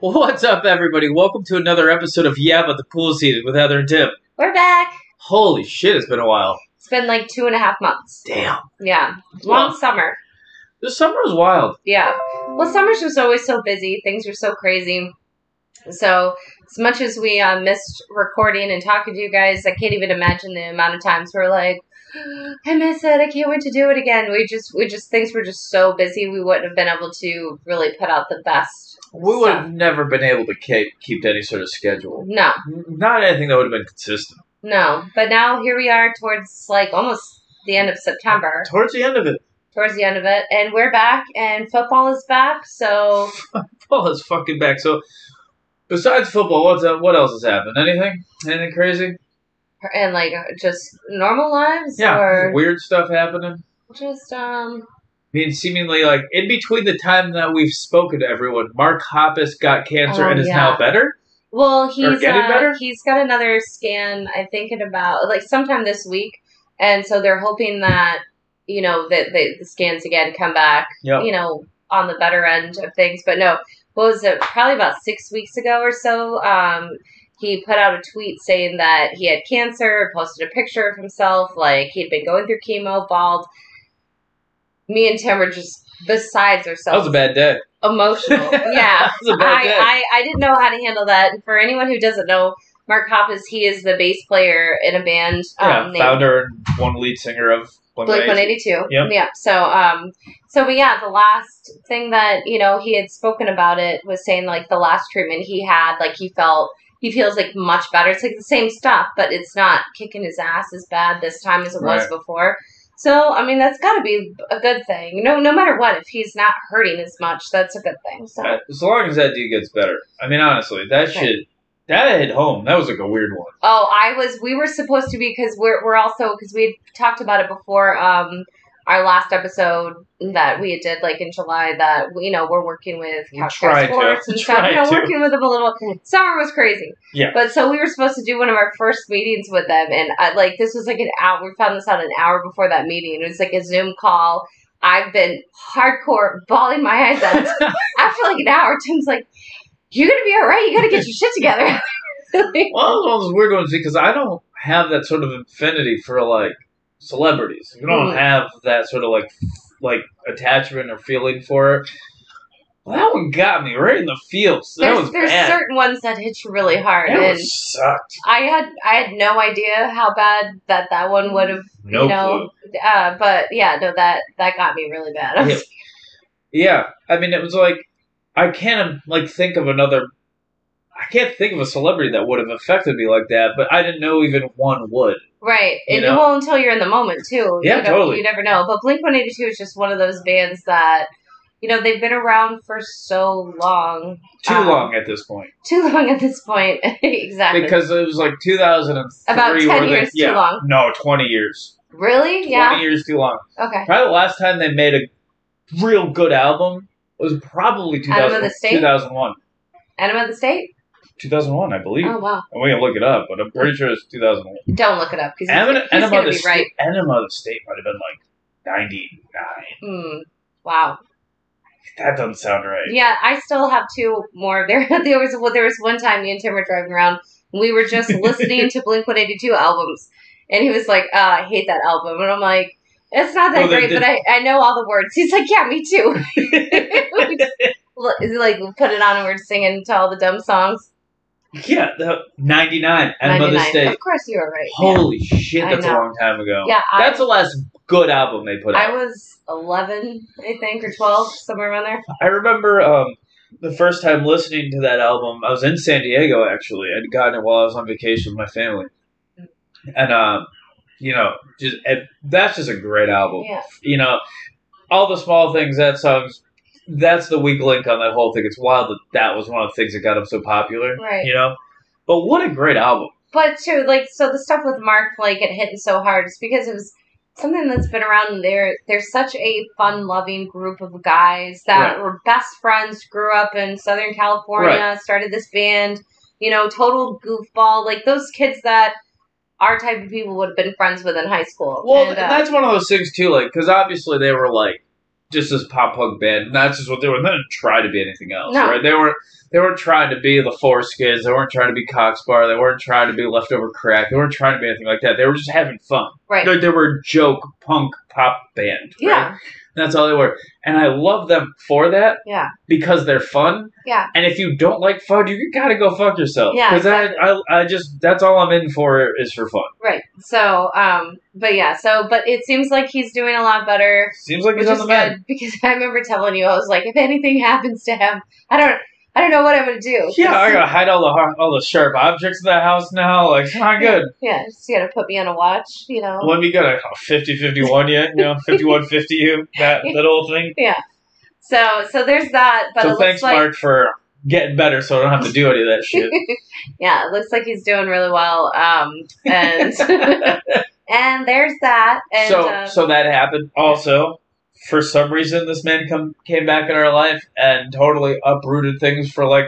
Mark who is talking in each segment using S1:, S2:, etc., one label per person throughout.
S1: What's up, everybody? Welcome to another episode of Yeah, but the pool is heated with Heather and Tim.
S2: We're back.
S1: Holy shit, it's been a while.
S2: It's been like two and a half months.
S1: Damn.
S2: Yeah. Long
S1: Well-
S2: summer.
S1: This summer was wild.
S2: Yeah. Well, summer's just always so busy. Things are so crazy. So, as much as we uh, missed recording and talking to you guys, I can't even imagine the amount of times we're like, I miss it. I can't wait to do it again. We just, we just, things were just so busy. We wouldn't have been able to really put out the best.
S1: We would have never been able to keep, keep to any sort of schedule.
S2: No,
S1: N- Not anything that would have been consistent.
S2: no. But now here we are towards like almost the end of September.
S1: Towards the end of it,
S2: towards the end of it. And we're back, and football is back. So
S1: football is fucking back. So, besides football, what's up? What else has happened? Anything? Anything crazy?
S2: and like just normal lives,
S1: Yeah.
S2: or
S1: Weird stuff happening.
S2: just um,
S1: I mean, seemingly like in between the time that we've spoken to everyone, Mark Hoppus got cancer
S2: Oh,
S1: and is
S2: yeah.
S1: now better.
S2: well, he's
S1: getting
S2: uh,
S1: better?
S2: he's got another scan. I think in about like sometime this week, and so they're hoping that you know that the, the scans again come back.
S1: Yep.
S2: You know, on the better end of things, but no. What was it? Probably about six weeks ago or so. Um, he put out a tweet saying that he had cancer, posted a picture of himself, like he'd been going through chemo, bald. Me and Tim were just besides
S1: That
S2: ourselves.
S1: was a bad day.
S2: Emotional. Yeah.
S1: That was a bad day.
S2: I, I, I didn't know how to handle that. And for anyone who doesn't know, Mark Hoppus, he is the bass player in a band
S1: yeah,
S2: um, named
S1: founder and one lead singer of Blink
S2: Blink One Eighty Two.
S1: Yep.
S2: Yeah. So um, so but yeah, the last thing that you know he had spoken about it was saying like the last treatment he had, like he felt he feels like much better. It's like the same stuff, but it's not kicking his ass as bad this time as it was
S1: Right.
S2: before. So I mean, that's got to be a good thing. No, no matter what, if he's not hurting as much, that's a good thing. So
S1: Uh, As long as that dude gets better. I mean, honestly, that
S2: Okay.
S1: shit, that hit home. That was like a weird one.
S2: Oh, I was. We were supposed to be because we're we're also because we had talked about it before. Um, our last episode that we did like in July that you know we're working with
S1: We
S2: Couch
S1: tried
S2: Cast
S1: to.
S2: Sports and
S1: We
S2: stuff. You
S1: tried
S2: know,
S1: to.
S2: working with them a little. Summer was crazy.
S1: Yeah.
S2: But so we were supposed to do one of our first meetings with them, and uh, like this was like an hour. We found this out an hour before that meeting. It was like a Zoom call. I've been hardcore bawling my eyes out after like an hour. Tim's like, "You're gonna be all right. You gotta get your shit together."
S1: Well, it's one of those weird ones because I don't have that sort of affinity for like celebrities. You don't
S2: Mm.
S1: have that sort of like like attachment or feeling for it. Well, that one got me right in the feels. That
S2: there's,
S1: was
S2: there's
S1: bad.
S2: certain ones that hit you really hard,
S1: that
S2: and
S1: one sucked.
S2: I had I had no idea how bad that that one would have,
S1: No
S2: you know. Uh, but yeah, no, that that got me really bad. I was-
S1: Yeah. Yeah, I mean, it was like I can't like think of another. I can't think of a celebrity that would have affected me like that, but I didn't know even one would.
S2: Right,
S1: You
S2: and
S1: know?
S2: well, until you're in the moment too.
S1: Yeah,
S2: you know,
S1: totally.
S2: You never know. But Blink One Eighty Two is just one of those bands that, you know, they've been around for so long,
S1: Too
S2: Um,
S1: long at this point
S2: too long at this point. exactly.
S1: because it was like 2003.
S2: Uh-huh. About 10
S1: where they-
S2: years too
S1: yeah,
S2: long.
S1: No, 20 years.
S2: really,
S1: 20
S2: yeah.
S1: years too long.
S2: Okay.
S1: Probably the last time they made a real good album was probably 2000,
S2: Adam of the State?
S1: 2001.
S2: Enema of the State.
S1: 2001, I believe.
S2: Oh wow!
S1: And we can look it up, but I'm pretty sure it's 2001.
S2: Don't look it up because he's,
S1: Enema,
S2: he's
S1: Enema of
S2: gonna
S1: the
S2: be
S1: State-
S2: right.
S1: Enema of the State might have been like 99.
S2: Hmm. Wow.
S1: That doesn't sound right.
S2: Yeah, I still have two more. There, there was well, there was one time me and Tim were driving around. And we were just listening to Blink One Eighty Two albums, and he was like, uh, "I hate that album," and I'm like, "It's not that
S1: Well, they
S2: great,
S1: did-
S2: but I, I know all the words." He's like, "Yeah, me too." We just, like put it on and we're singing to all the dumb songs.
S1: Yeah, the 99, Enema of the
S2: 99.
S1: State.
S2: Of course, you were right.
S1: Holy shit,
S2: I
S1: that's a
S2: know.
S1: long time ago.
S2: Yeah, I,
S1: That's the last good album they put out.
S2: I was 11, I think, or 12, somewhere around there.
S1: I remember um, the first time listening to that album. I was in San Diego actually. I'd gotten it while I was on vacation with my family,
S2: Mm.
S1: and um, you know, just and that's just a great album.
S2: Yeah.
S1: You know, all the small things that songs. That's the weak link on that whole thing. It's wild that that was one of the things that got him so popular.
S2: Right.
S1: You know, but what a great album.
S2: But too, like, so the stuff with Mark, like, it hitting so hard is because it was something that's been around. And they're they're such a fun loving group of guys that were best friends, grew up in Southern California, started this band. You know, total goofball, like those kids that our type of people would have been friends with in high school.
S1: Well,
S2: And,
S1: th-
S2: uh,
S1: that's one of those things too, like because obviously they were like just this pop punk band. And that's just what they were. They didn't try to be anything else,
S2: No.
S1: right? They weren't they weren't trying to be the Four Skids. They weren't trying to be Cox Bar. They weren't trying to be Leftover Crack. They weren't trying to be anything like that. They were just having fun.
S2: Right.
S1: They, they were a joke punk pop band. right?
S2: Yeah.
S1: That's all they were. And I love them for that
S2: Yeah.
S1: because they're fun.
S2: Yeah.
S1: And if you don't like fun, you gotta go fuck yourself.
S2: Yeah,
S1: Because
S2: exactly.
S1: I, I, I just that's all I'm in for is for fun.
S2: Right. So, um, but yeah, so, but it seems like he's doing a lot better,
S1: Seems like
S2: which
S1: he's
S2: is
S1: on the
S2: good
S1: mend.
S2: because I remember telling you, I was like, if anything happens to him, I don't, I don't know what I'm going to do.
S1: Yeah, I gotta hide all the har- all the sharp objects in the house now. Like, it's not good.
S2: Yeah. Just got to put me on a watch, you know?
S1: Let me get a 50 51 yet, you know, 51 50 you, that little thing.
S2: So, so there's that, but it
S1: so
S2: looks
S1: thanks,
S2: like,
S1: Mark, for getting better so I don't have to do any of that shit.
S2: yeah, it looks like he's doing really well. Um, and, and there's that. And,
S1: so
S2: um,
S1: so that happened also for some reason this man come came back in our life and totally uprooted things for like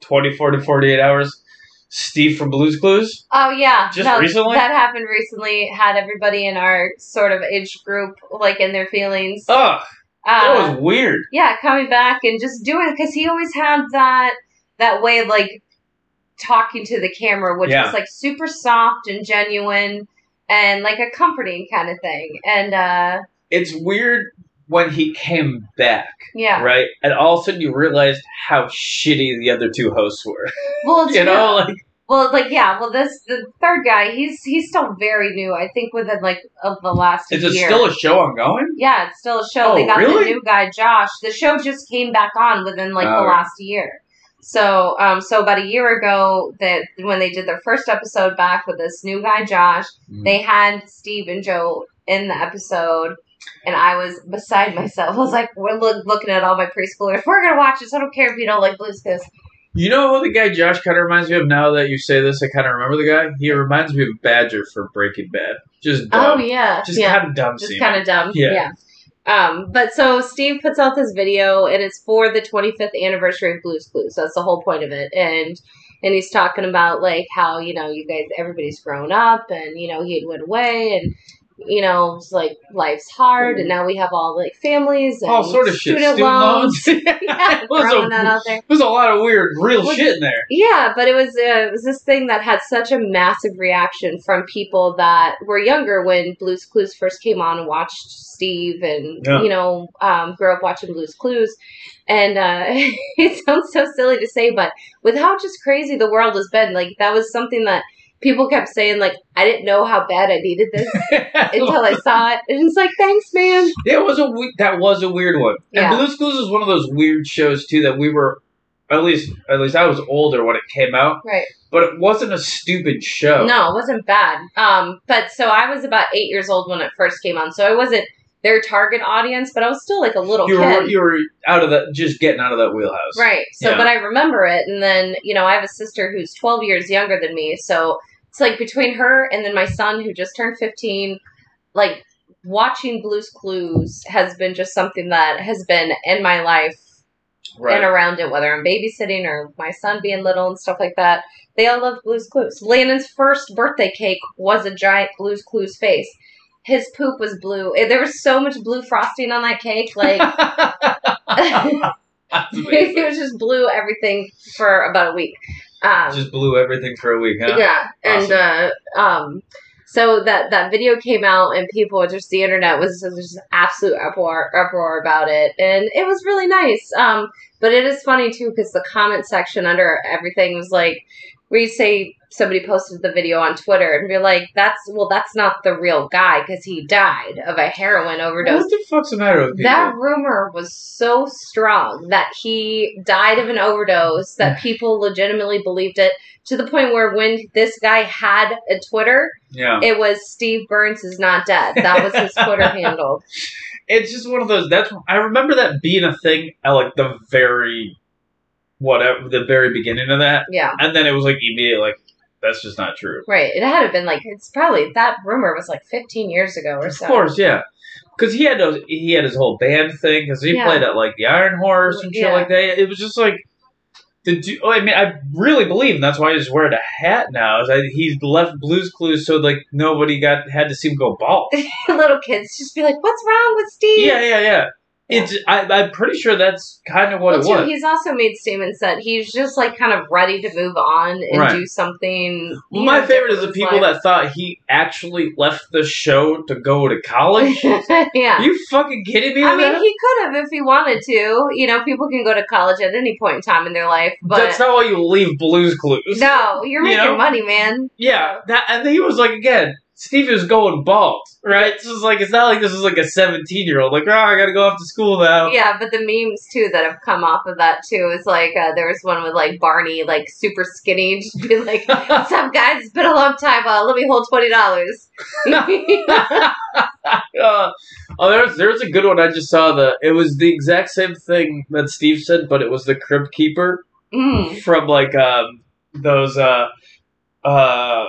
S1: 24 to 48 hours steve from blues clues
S2: Oh yeah,
S1: Just recently?
S2: That happened recently. Had everybody in our sort of age group like in their feelings.
S1: ugh Oh, that
S2: Uh,
S1: was weird
S2: yeah, coming back and just doing because he always had that that way of like talking to the camera, which
S1: Yeah.
S2: was like super soft and genuine and like a comforting kind of thing. And uh,
S1: it's weird when he came back
S2: yeah,
S1: right and all of a sudden you realized how shitty the other two hosts were
S2: well,
S1: you
S2: too-
S1: know like
S2: Well, like yeah, well this the third guy, he's he's still very new. I think within like of the last
S1: is it
S2: year.
S1: still a show ongoing
S2: Yeah, it's still a show.
S1: Oh,
S2: they got
S1: really?
S2: the new guy, Josh. The show just came back on within like
S1: Oh.
S2: the last year. So, um, so about a year ago, that when they did their first episode back with this new guy, Josh,
S1: Mm-hmm.
S2: they had Steve and Joe in the episode, and I was beside myself. I was like, "We're look, looking at all my preschoolers. We're gonna watch this. I don't care if you don't like Blue's Clues."
S1: you know who the guy josh kind of reminds me of now that you say this i kind of remember the guy he reminds me of badger from breaking bad just dumb.
S2: Oh yeah,
S1: just
S2: yeah.
S1: kind of dumb
S2: just
S1: seeming.
S2: kind of dumb.
S1: Yeah.
S2: Yeah. Um, but so Steve puts out this video, and it's for the 25th anniversary of Blue's Clues. That's the whole point of it, and and he's talking about like how you know you guys everybody's grown up, and you know he had went away, and you know it's like life's hard, and now we have all like families, and
S1: all sort of shit. Student loans.
S2: yeah,
S1: It was
S2: throwing
S1: a-
S2: that out there.
S1: There's a lot of weird, real
S2: Well,
S1: shit in there.
S2: Yeah, but it was uh, it was this thing that had such a massive reaction from people that were younger when Blue's Clues first came on and watched Steve and
S1: Yeah.
S2: you know um, grew up watching Blue's Clues, and uh, it sounds so silly to say, but with how just crazy the world has been, like that was something that people kept saying, like I didn't know how bad I needed this until I saw it, and it's like thanks, man.
S1: it was a we- that was a weird one.
S2: Yeah.
S1: And Blue's Clues is one of those weird shows too that we were, at least at least I was older when it came out,
S2: Right.
S1: but it wasn't a stupid show.
S2: No, it wasn't bad. Um, but so I was about eight years old when it first came on, so I wasn't their target audience, but I was still like a little
S1: you
S2: kid.
S1: were you were out of that, just getting out of that wheelhouse.
S2: Right. So,
S1: Yeah.
S2: but I remember it. And then, you know, I have a sister who's 12 years younger than me. So it's like between her and then my son who just turned 15, like watching Blues Clues has been just something that has been in my life and
S1: right.
S2: around it, whether I'm babysitting or my son being little and stuff like that. They all love Blues Clues. Landon's first birthday cake was a giant Blues Clues face. His poop was blue. Eh, There was so much blue frosting on that cake. Like, it was just blew everything for about a week. Um,
S1: just blew everything for a week, huh?
S2: yeah. and uh, um, so that that video came out, and people just the internet was just, just absolute uproar uproar about it, and it was really nice. Um, but it is funny too because the comment section under everything was like, where you say somebody posted the video on Twitter, and you're like, that's well, that's not the real guy because he died of a heroin overdose.
S1: What the fuck's the matter with people?
S2: That rumor was so strong that he died of an overdose that
S1: Mm.
S2: people legitimately believed it to the point where when this guy had a Twitter,
S1: yeah.
S2: it was Steve Burns is not dead. That was his Twitter handle.
S1: it's just one of those that's i remember that being a thing at like the very whatever the very beginning of that
S2: Yeah.
S1: and then it was like immediately like that's just not true
S2: Right. It had been like it's probably that rumor was like 15 years ago or
S1: of
S2: so.
S1: course yeah because he had those he had his whole band thing because he
S2: Yeah.
S1: played at like the iron horse and shit
S2: Yeah.
S1: like that it was just like the du- oh, I mean, I really believe, and that's why he's wearing a hat now. Is that he's left Blues Clues so like nobody got had to see him go bald.
S2: Little kids just be like, "What's wrong with Steve?"
S1: Yeah, yeah, yeah. It's I, I'm pretty sure that's kind of what
S2: Well,
S1: it
S2: too,
S1: was.
S2: he's also made statements that he's just like kind of ready to move on and
S1: Right.
S2: do something.
S1: Well, my favorite is the people that thought he actually left the show to go to college.
S2: that. yeah.
S1: Are you fucking kidding me?
S2: I
S1: with
S2: mean,
S1: that?
S2: he could have if he wanted to. You know, people can go to college at any point in time in their life, but
S1: that's not why you leave Blues Clues.
S2: no, you're
S1: you
S2: making
S1: know?
S2: money, man.
S1: Yeah, that and he was like again. Steve is going bald, right? So it's like it's not like this is like a seventeen-year-old. Like, oh, I gotta go off to school now.
S2: Yeah, but the memes too that have come off of that too is like uh, there was one with like Barney, like super skinny, just be like, "What's up, guys? It's been a long time. Uh, let me hold twenty dollars."
S1: Uh, oh, there's there's a good one I just saw. The it was the exact same thing that Steve said, but it was the crib keeper
S2: mm.
S1: from like um those uh uh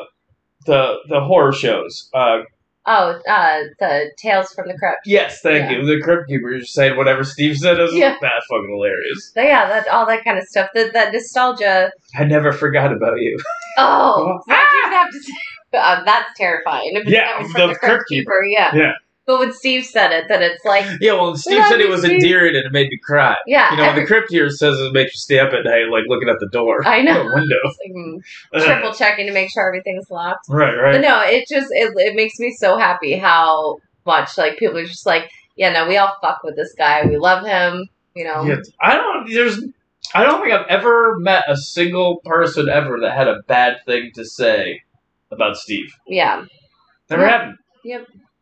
S1: the the horror shows. Uh,
S2: Oh, uh, the tales from the crypt.
S1: yes, thank
S2: Yeah.
S1: you. The crib keeper just saying whatever Steve said. I was
S2: Yeah.
S1: like, that's fucking hilarious.
S2: So yeah, that all that kind of stuff. That that nostalgia.
S1: I never forgot about you.
S2: Oh, why'd you have to say- Uh, that's terrifying. If it's
S1: ah! Yeah,
S2: coming
S1: the
S2: from crypt
S1: crypt keeper.
S2: Yeah.
S1: Yeah.
S2: But when Steve said it, that it's like,
S1: Yeah, well, Steve
S2: Love
S1: said it
S2: you,
S1: was
S2: Steve.
S1: endearing and it made me cry.
S2: yeah,
S1: You know, when
S2: every-
S1: the crypt keeper says it makes you stay up at night, like looking at the door,
S2: I know.
S1: the window.
S2: It's like, mm,
S1: Ugh.
S2: triple checking to make sure everything's locked.
S1: Right, right.
S2: But no, it just it, it makes me so happy how much like people are just like, yeah, no, we all fuck with this guy. We love him. You know,
S1: Yeah, I don't. There's. I don't think I've ever met a single person ever that had a bad thing to say about Steve.
S2: yeah,
S1: Never
S2: Yeah.
S1: happened.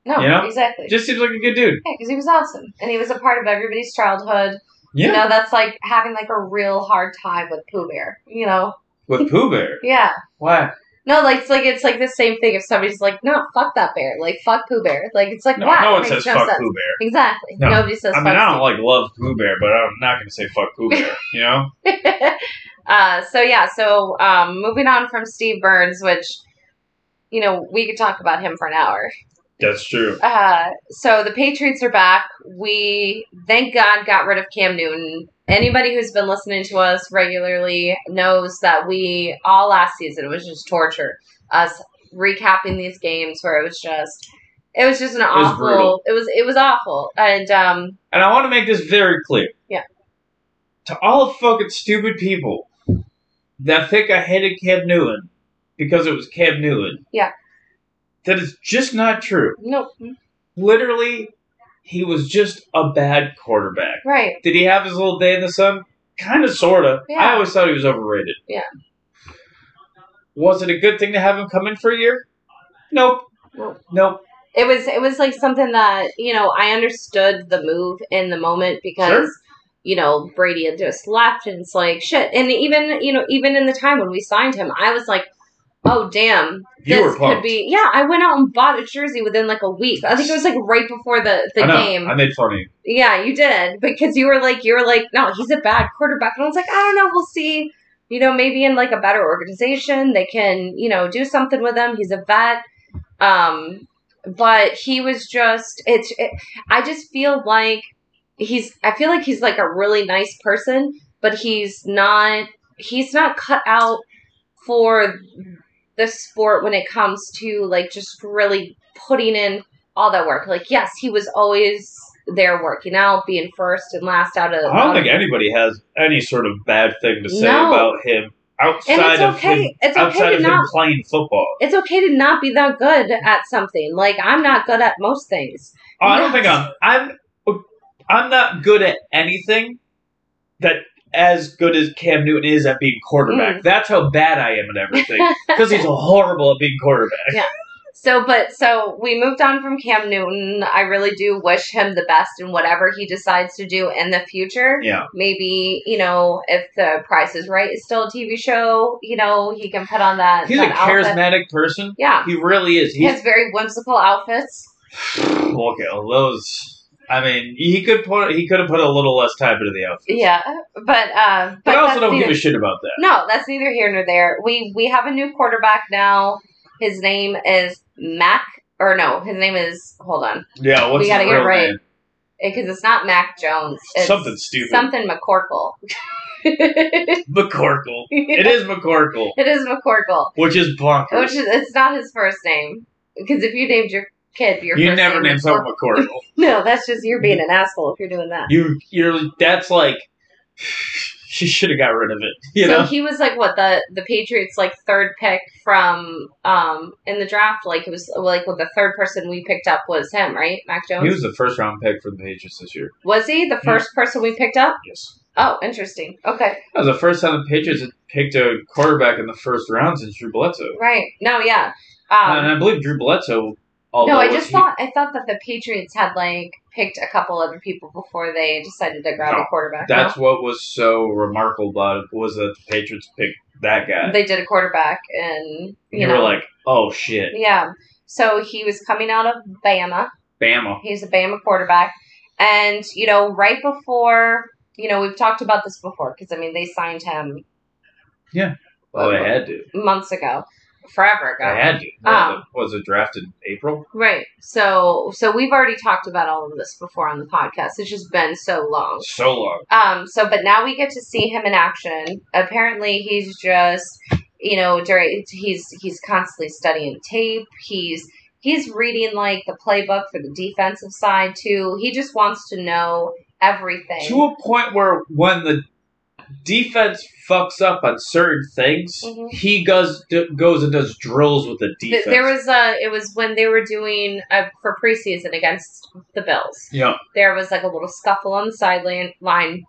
S2: no,
S1: You know?
S2: exactly.
S1: Just seems like a good dude.
S2: yeah, because he was awesome, and he was a part of everybody's childhood. You know, that's like having like a real hard time with Pooh Bear. You know,
S1: With Pooh Bear.
S2: yeah.
S1: Why?
S2: No, like it's like it's like the same thing. If somebody's like, "No, fuck that bear," like "fuck Pooh Bear," like it's like,
S1: No,
S2: wow,
S1: no
S2: it
S1: one
S2: makes
S1: says
S2: no
S1: fuck
S2: sense.
S1: Pooh Bear.
S2: Exactly,
S1: No.
S2: nobody says.
S1: I mean,
S2: fuck
S1: I don't like love Pooh Bear, but I'm not going to say fuck Pooh Bear. You know?
S2: uh, so yeah, so um, moving on from Steve Burns, which you know we could talk about him for an hour.
S1: That's true.
S2: Uh, so the Patriots are back. We thank God got rid of Cam Newton. Anybody who's been listening to us regularly knows that we all last season was just torture. Us recapping these games where it was just it was just an
S1: was
S2: awful
S1: brutal.
S2: it was it was awful. And um
S1: And I want to make this very clear.
S2: Yeah.
S1: To all fucking stupid people that think I hated Cam Newton because it was Cam Newton.
S2: Yeah.
S1: That is just not true.
S2: nope.
S1: literally, he was just a bad quarterback.
S2: Right.
S1: Did he have his little day in the sun? Kind of, sort of.
S2: Yeah.
S1: I always thought he was overrated.
S2: Yeah.
S1: Was it a good thing to have him come in for a year? Nope.
S2: Nope.
S1: Nope.
S2: It was it was like something that, you know, I understood the move in the moment because
S1: Sure.
S2: you know, Brady had just left and it's like shit. And even, you know, even in the time when we signed him, I was like, Oh damn.
S1: You
S2: this
S1: were
S2: could
S1: pumped.
S2: be yeah, I went out and bought a jersey within like a week. I think it was like right before the, the
S1: I know.
S2: game.
S1: I made fun of you.
S2: Yeah, you did because you were like you were like no, he's a bad quarterback, and I was like I don't know, we'll see. You know, maybe in like a better organization, they can you know do something with him. He's a vet, um, but he was just it's. It, I just feel like he's. I feel like he's like a really nice person, but he's not. He's not cut out for the sport when it comes to like just really putting in all that work. Like, yes, he was always there working out, being first and last out of.
S1: I don't think anybody has any sort of bad thing to say
S2: No.
S1: about him outside
S2: and it's
S1: of
S2: okay.
S1: him,
S2: it's
S1: outside
S2: okay
S1: of
S2: to
S1: him
S2: not.
S1: playing football.
S2: It's okay to not be that good at something. Like I'm not good at most things.
S1: Oh, I don't
S2: Yeah.
S1: think I'm. I'm. I'm not good at anything that as good as Cam Newton is at being quarterback.
S2: Mm.
S1: That's how bad I am at everything because he's horrible at being quarterback.
S2: So, but so we moved on from Cam Newton. I really do wish him the best in whatever he decides to do in the future.
S1: Yeah,
S2: Maybe you know if the Price is Right is still a TV show, you know he can put on that.
S1: he's a
S2: that outfit.
S1: charismatic person.
S2: Yeah,
S1: He really is.
S2: he
S1: He's
S2: has very whimsical outfits.
S1: look at all those. I mean, he could put he could have put a little less time into the outfit,
S2: Yeah, but uh,
S1: but, I also
S2: that's
S1: don't
S2: neither-
S1: give a shit about that.
S2: No, that's neither here nor there. We we have a new quarterback now. His name is Mac, or no, his name is hold on,
S1: Yeah, what's
S2: We gotta
S1: his
S2: get
S1: real
S2: right.
S1: name?
S2: because it's not Mac Jones. It's
S1: Something stupid.
S2: Something McCorkle. it
S1: McCorkle. It is McCorkle,
S2: is McCorkle,
S1: which is bonkers.
S2: which is it's not his first name because if you named your kid. Your
S1: you
S2: first
S1: never
S2: name
S1: name
S2: is
S1: someone McCordle.
S2: No, that's just you're being an asshole if you're doing that.
S1: You you're that's like she should have got rid of it. You
S2: so
S1: know?
S2: he was like what the the Patriots like third pick from um in the draft. Like it was like well, the third person we picked up was him, right? Mac Jones.
S1: He was the first round pick for the Patriots this year.
S2: Was he the first person we picked up?
S1: Yes.
S2: Oh, interesting. Okay.
S1: That was the first time the Patriots had picked a quarterback in the first round since Drew Bledsoe.
S2: Right. No, yeah.
S1: and
S2: Um,
S1: I believe Drew Bledsoe Uh-huh. although
S2: no, I
S1: was-
S2: just
S1: he-
S2: thought I thought that the Patriots had like picked a couple other people before they decided to grab
S1: No,
S2: a quarterback. no?
S1: that's what was so remarkable about it was that the Patriots picked that guy.
S2: they did a quarterback and you,
S1: you
S2: know
S1: were like, oh shit,
S2: yeah so he was coming out of bama
S1: Bama.
S2: he's a bama quarterback and you know right before you know we've talked about this before because i mean they signed him
S1: Oh, I had to.
S2: months ago forever ago
S1: I had to.
S2: Um,
S1: was it drafted in April?
S2: right so so we've already talked about all of this before on the podcast it's just been so long
S1: So long.
S2: Um, so but now we get to see him in action. Apparently he's just you know, during he's he's constantly studying tape. He's he's reading like the playbook for the defensive side too. He just wants to know everything.
S1: To a point where when the defense fucks up on certain things,
S2: Mhm.
S1: he goes d- goes and does drills with the
S2: Th-
S1: defense.
S2: There was a. It was when they were doing uh for preseason against the Bills.
S1: yeah,
S2: There was like a little scuffle on the sideline line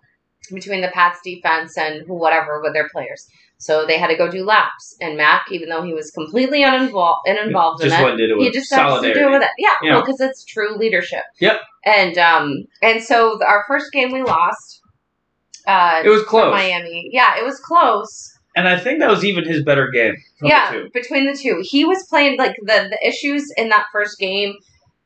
S2: between the Pats defense and whatever with their players. So they had to go do laps, and Mac, even though he was completely uninvolved, uninvolved in
S1: just
S2: it,
S1: went and did it
S2: he
S1: with
S2: just has to
S1: solidarity.
S2: do with it. Yeah,
S1: Yeah.
S2: because it's true leadership.
S1: Yep.
S2: And um, and so th- our first game we lost. Uh,
S1: It was close,
S2: Miami. Yeah, it was close.
S1: and I think that was even his better game. from the
S2: Yeah,
S1: two.
S2: between the two, he was playing like the the issues in that first game.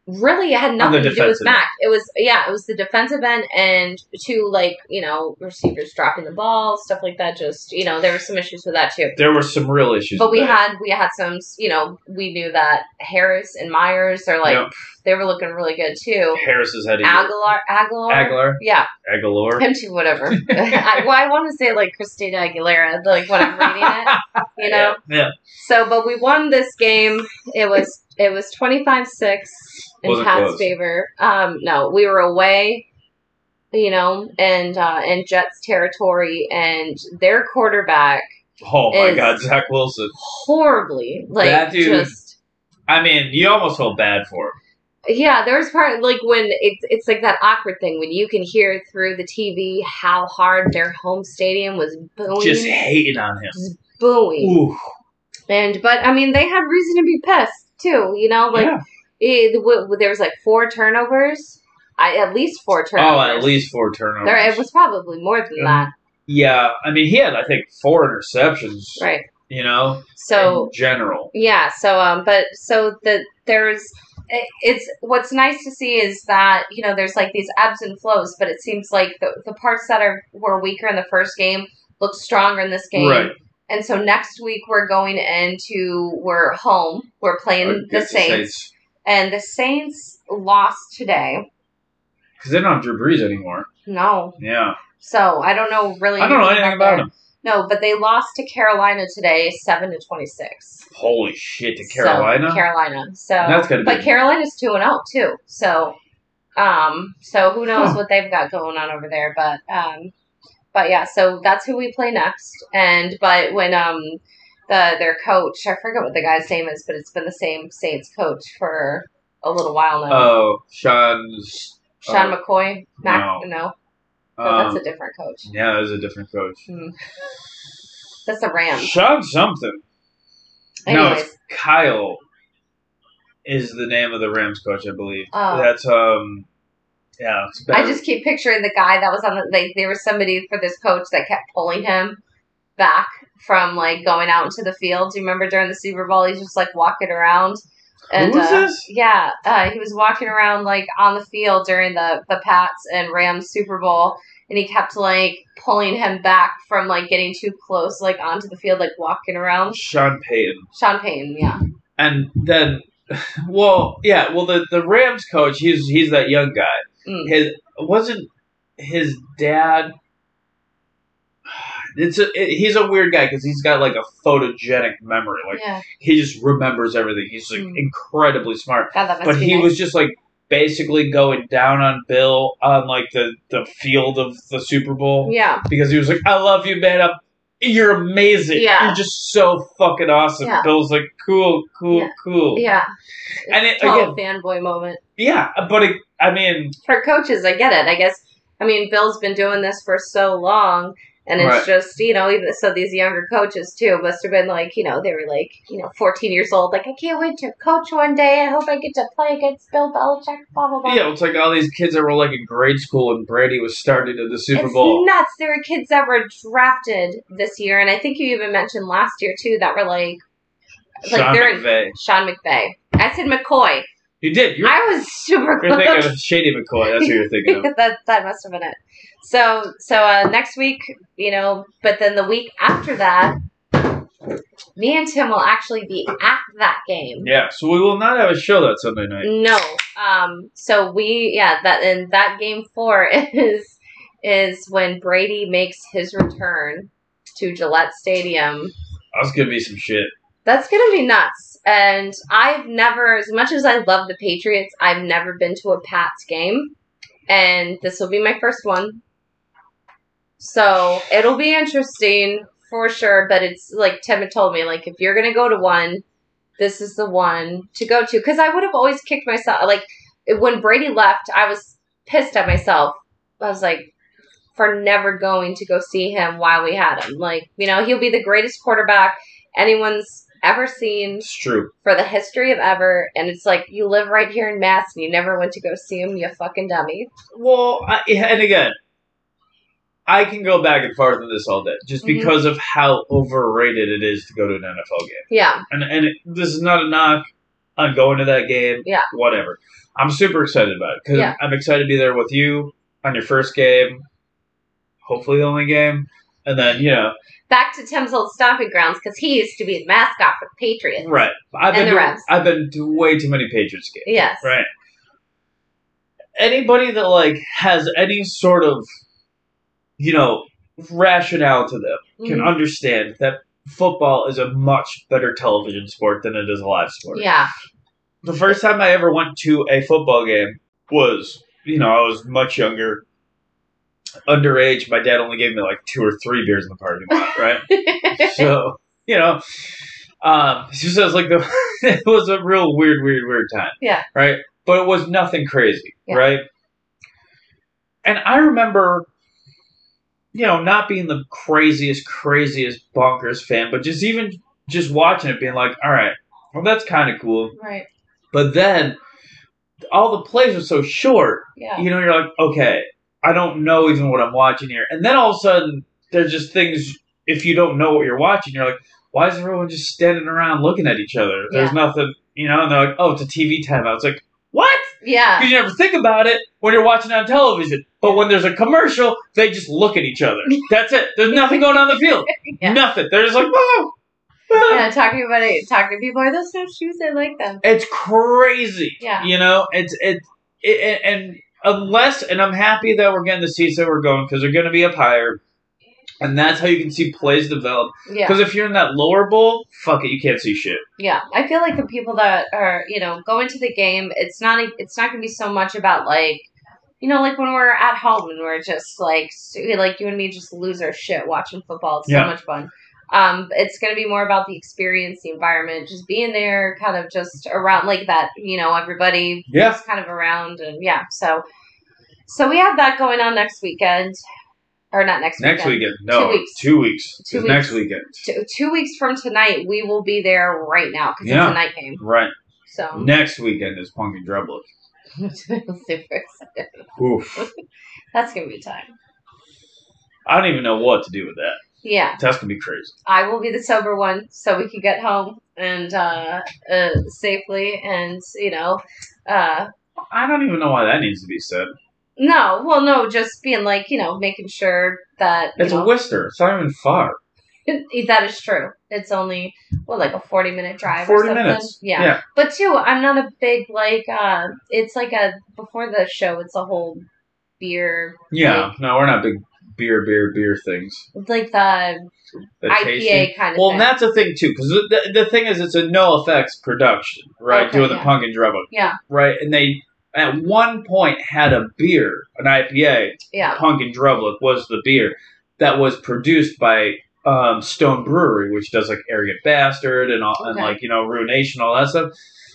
S2: Really had
S1: the
S2: nothing to do with
S1: defensive.
S2: Mac. It was yeah, it was the defensive end and two like you know receivers dropping the ball, stuff like that. Just you know there were some issues with that too.
S1: there were some real issues.
S2: But we
S1: with that.
S2: had we had some you know we knew that Harris and Myers are like
S1: Yeah.
S2: they were looking really good too.
S1: Harris has had a year.
S2: Aguilar, Aguilar,
S1: Aguilar,
S2: yeah,
S1: Aguilar.
S2: him too. Whatever. I, well, I want to say like Christina Aguilera, like when I'm reading it, you know.
S1: yeah,
S2: So, but we won this game. It was it was twenty five six in
S1: Wasn't
S2: Pat's
S1: close.
S2: favor. Um, no, we were away, you know, and uh, in Jets territory, and their quarterback
S1: oh my
S2: Is-
S1: God, Zach Wilson.
S2: horribly like
S1: That dude-
S2: just
S1: I mean, you almost feel bad for him.
S2: Yeah, there's part like when it's it's like that awkward thing when you can hear through the TV how hard their home stadium was booing,
S1: Just hating on him.
S2: booing,
S1: Ooh,
S2: and but I mean they had reason to be pissed too. You know, like
S1: yeah.
S2: it, w- there was like four turnovers, I, at least four
S1: Oh,
S2: turnovers.
S1: at least four turnovers.
S2: there it was probably more than that,
S1: Yeah, I mean, he had I think four interceptions.
S2: right?
S1: You know,
S2: So
S1: in general,
S2: Yeah. So, um, but so the there's it- it's what's nice to see is that you know there's like these ebbs and flows, but it seems like the the parts that are were weaker in the first game look stronger in this game.
S1: right?
S2: And so next week we're going into we're home. We're playing the
S1: Against
S2: Saints, and the Saints lost today.
S1: because they don't have Drew Brees anymore.
S2: No.
S1: Yeah,
S2: So I don't know really.
S1: I don't know anything about
S2: that.
S1: him.
S2: No, but they lost to Carolina today, seven to twenty six.
S1: Holy shit, to
S2: So,
S1: Carolina.
S2: Carolina. So
S1: That's gotta be-
S2: But Carolina's two and zero too. So, um, so who knows
S1: Huh.
S2: what they've got going on over there? But, um, but yeah. So that's who we play next. And but when um the their coach, I forget what the guy's name is, but it's been the same Saints coach for a little while now.
S1: oh, Sean's.
S2: Sean
S1: uh,
S2: McCoy. Mac, no, No,
S1: um,
S2: Oh, that's a different coach.
S1: yeah, that was a different coach.
S2: That's the Rams.
S1: Sean something. No,
S2: Anyways,
S1: it's Kyle. Is the name of the Rams coach, I believe.
S2: Oh.
S1: That's um, yeah. It's better.
S2: I just keep picturing the guy that was on the like there was somebody for this coach that kept pulling him back from like going out into the field. Do you remember during the Super Bowl he's just like walking around? And
S1: Who was
S2: uh,
S1: this?
S2: yeah, uh, he was walking around like on the field during the the Pats and Rams Super Bowl, and he kept like pulling him back from like getting too close, like onto the field, like walking around.
S1: Sean Payton.
S2: Sean Payton, yeah,
S1: and then well yeah well the, the rams coach he's he's that young guy
S2: Mm.
S1: his wasn't his dad It's a, it, he's a weird guy because he's got like a photogenic memory. Like
S2: yeah.
S1: he just remembers everything. He's like
S2: Hmm.
S1: incredibly smart.
S2: God, that must
S1: But
S2: be
S1: he
S2: nice.
S1: was just like basically going down on Bill on like the the field of the Super Bowl
S2: Yeah.
S1: because he was like, "I love you, man. I'm- you're amazing.
S2: Yeah.
S1: You're just so fucking awesome."
S2: Yeah.
S1: Bill's like, "Cool, cool,
S2: Yeah.
S1: cool."
S2: Yeah.
S1: And it-
S2: total fanboy moment.
S1: Yeah, but it, I mean,
S2: For coaches, I get it. I guess I mean Bill's been doing this for so long and it's
S1: Right.
S2: just, you know, even so these younger coaches too must have been like, you know, they were like, you know, fourteen years old, like, I can't wait to coach one day. I hope I get to play against Bill Belichick, blah blah blah.
S1: yeah, it's like all these kids that were like in grade school when Brady was starting in the Super
S2: it's
S1: Bowl.
S2: nuts. There were kids that were drafted this year, and I think you even mentioned last year too that were like like
S1: Sean
S2: they're-
S1: McVay.
S2: Sean McVay. I said McCoy.
S1: You did. You're,
S2: I was super
S1: you're
S2: close.
S1: thinking of Shady McCoy. That's who you're thinking of.
S2: that that must have been it. So so uh, next week, you know, but then the week after that, me and Tim will actually be at that game.
S1: Yeah, so we will not have a show that Sunday night.
S2: No. Um. So we yeah that and that game four is is when Brady makes his return to Gillette Stadium.
S1: That's gonna be some shit.
S2: That's gonna be nuts. And I've never, as much as I love the Patriots, I've never been to a Pats game, and this will be my first one. So it'll be interesting for sure. But it's like Tim had told me, like if you're gonna go to one, this is the one to go to. Because I would have always kicked myself. Like when Brady left, I was pissed at myself. I was like. For never going to go see him while we had him. Like, you know, he'll be the greatest quarterback anyone's ever seen
S1: It's true.
S2: for the history of ever. And it's like, you live right here in Mass and you never went to go see him, you fucking dummy.
S1: Well, I, and again, I can go back and forth on this all day, just
S2: Mhm.
S1: because of how overrated it is to go to an NFL game.
S2: Yeah.
S1: and and it, this is not a knock on going to that game.
S2: Yeah.
S1: Whatever. I'm super excited about it because
S2: Yeah.
S1: I'm excited to be there with you on your first game, hopefully the only game, and then you know,
S2: Back to Tim's old stomping grounds because he used to be the mascot for the Patriots.
S1: right? I've
S2: And
S1: been
S2: the
S1: to-
S2: refs.
S1: I've been to way too many Patriots games.
S2: Yes.
S1: Right. Anybody that like has any sort of, you know, rationale to them can
S2: Mhm.
S1: understand that football is a much better television sport than it is a live sport.
S2: Yeah.
S1: the first time I ever went to a football game was, you know, I was much younger, underage. My dad only gave me like two or three beers in the parking lot, right? so, you know, um, it's just it was like the, it was a real weird, weird, weird time.
S2: Yeah.
S1: Right. But it was nothing crazy,
S2: Yeah.
S1: right? And I remember, you know, not being the craziest, craziest bonkers fan, but just even just watching it, being like, all right, well, that's kind of cool.
S2: Right.
S1: But then all the plays are so short.
S2: Yeah.
S1: You know, you're like, okay, I don't know even what I'm watching here. And then all of a sudden, there's just things. If you don't know what you're watching, you're like, why is everyone just standing around looking at each other? There's nothing, you know. And they're like, oh, it's a TV timeout. It's like, what?
S2: Yeah.
S1: Because you never think about it when you're watching on television. But when there's a commercial, they just look at each other. That's it. There's nothing going on in the field.
S2: Yeah.
S1: Nothing. They're just like, oh. oh."
S2: Yeah, talking about it, talking to people, are those no shoes? I like them.
S1: It's crazy.
S2: Yeah.
S1: You know, it's it, it and unless and I'm happy that we're getting the seats that we're going because they're going to be up higher, and that's how you can see plays develop.
S2: Yeah.
S1: Because if you're in that lower bowl, fuck it, you can't see shit.
S2: Yeah, I feel like the people that are you know go into the game, it's not e, it's not gonna be so much about like you know like when we're at home and we're just like s- like you and me just lose our shit watching football. It's
S1: Yeah.
S2: so much fun. Um, it's gonna be more about the experience, the environment, just being there, kind of just around like that. You know, everybody
S1: Yeah.
S2: just kind of around and yeah. So, so we have that going on next weekend, or not next
S1: Next
S2: weekend.
S1: weekend, no,
S2: Two weeks.
S1: two weeks.
S2: Two
S1: It's
S2: weeks.
S1: next weekend,
S2: Two, two weeks from tonight, we will be there right now because
S1: Yeah.
S2: it's a night game.
S1: right?
S2: So
S1: Next weekend is Punk and Dreadlock.
S2: Super excited.
S1: Oof,
S2: That's gonna be time.
S1: I don't even know what to do with that.
S2: Yeah,
S1: That's gonna be crazy.
S2: I will be the sober one, so we can get home and uh, uh, safely, and you know, uh,
S1: I don't even know why that needs to be said.
S2: no, well, no, just being like you know, making sure that you
S1: It's a
S2: know,
S1: Worcester. It's not even far.
S2: that is true. It's only well, like a forty minute drive.
S1: Forty
S2: or something.
S1: minutes.
S2: Yeah.
S1: Yeah.
S2: but too, I'm not a big like. Uh, it's like a before the show. It's a whole beer.
S1: Yeah. No, we're not big beer, beer, beer things.
S2: like the
S1: The
S2: IPA
S1: tasty-
S2: kind of
S1: Well,
S2: thing.
S1: and that's a thing too, because the, the thing is, it's a no effects production, right?
S2: Okay,
S1: Doing
S2: yeah.
S1: the punk and drubba,
S2: yeah,
S1: right? And they at one point had a beer, an IPA,
S2: yeah.
S1: Punk and Drublick was the beer that was produced by um, Stone Brewery, which does like Arrogant Bastard and all, and
S2: Okay.
S1: like you know Ruination, all that stuff.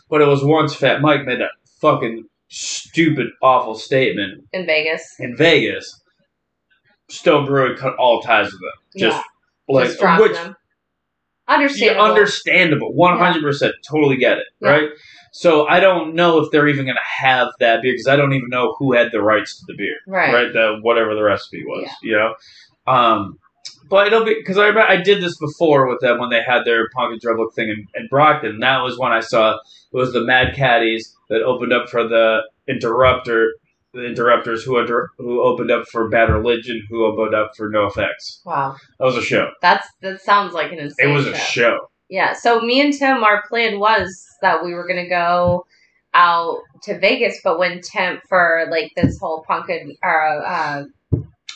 S1: But it was once Fat Mike made that fucking stupid, awful statement
S2: In Vegas.
S1: in Vegas. Stone Brewery cut all ties with them, just
S2: yeah.
S1: like
S2: just drop
S1: which
S2: them.
S1: yeah,
S2: Understandable.
S1: understandable, one hundred percent, totally get it,
S2: Yeah.
S1: right? So I don't know if they're even going to have that beer because I don't even know who had the rights to the beer
S2: right.
S1: right, the whatever the recipe was
S2: Yeah.
S1: you know um but it'll be because I remember I did this before with them when they had their punk and drublick thing in, in Brockton. That was when I saw it was the Mad Caddies that opened up for the Interrupter, the Interrupters who inter- who opened up for Bad Religion, who opened up for No Effects.
S2: Wow.
S1: That was a show.
S2: That's that sounds like an insane.
S1: It was a
S2: trip.
S1: show.
S2: Yeah. So me and Tim, our plan was that we were gonna go out to Vegas, but when Tim for like this whole punk and or uh,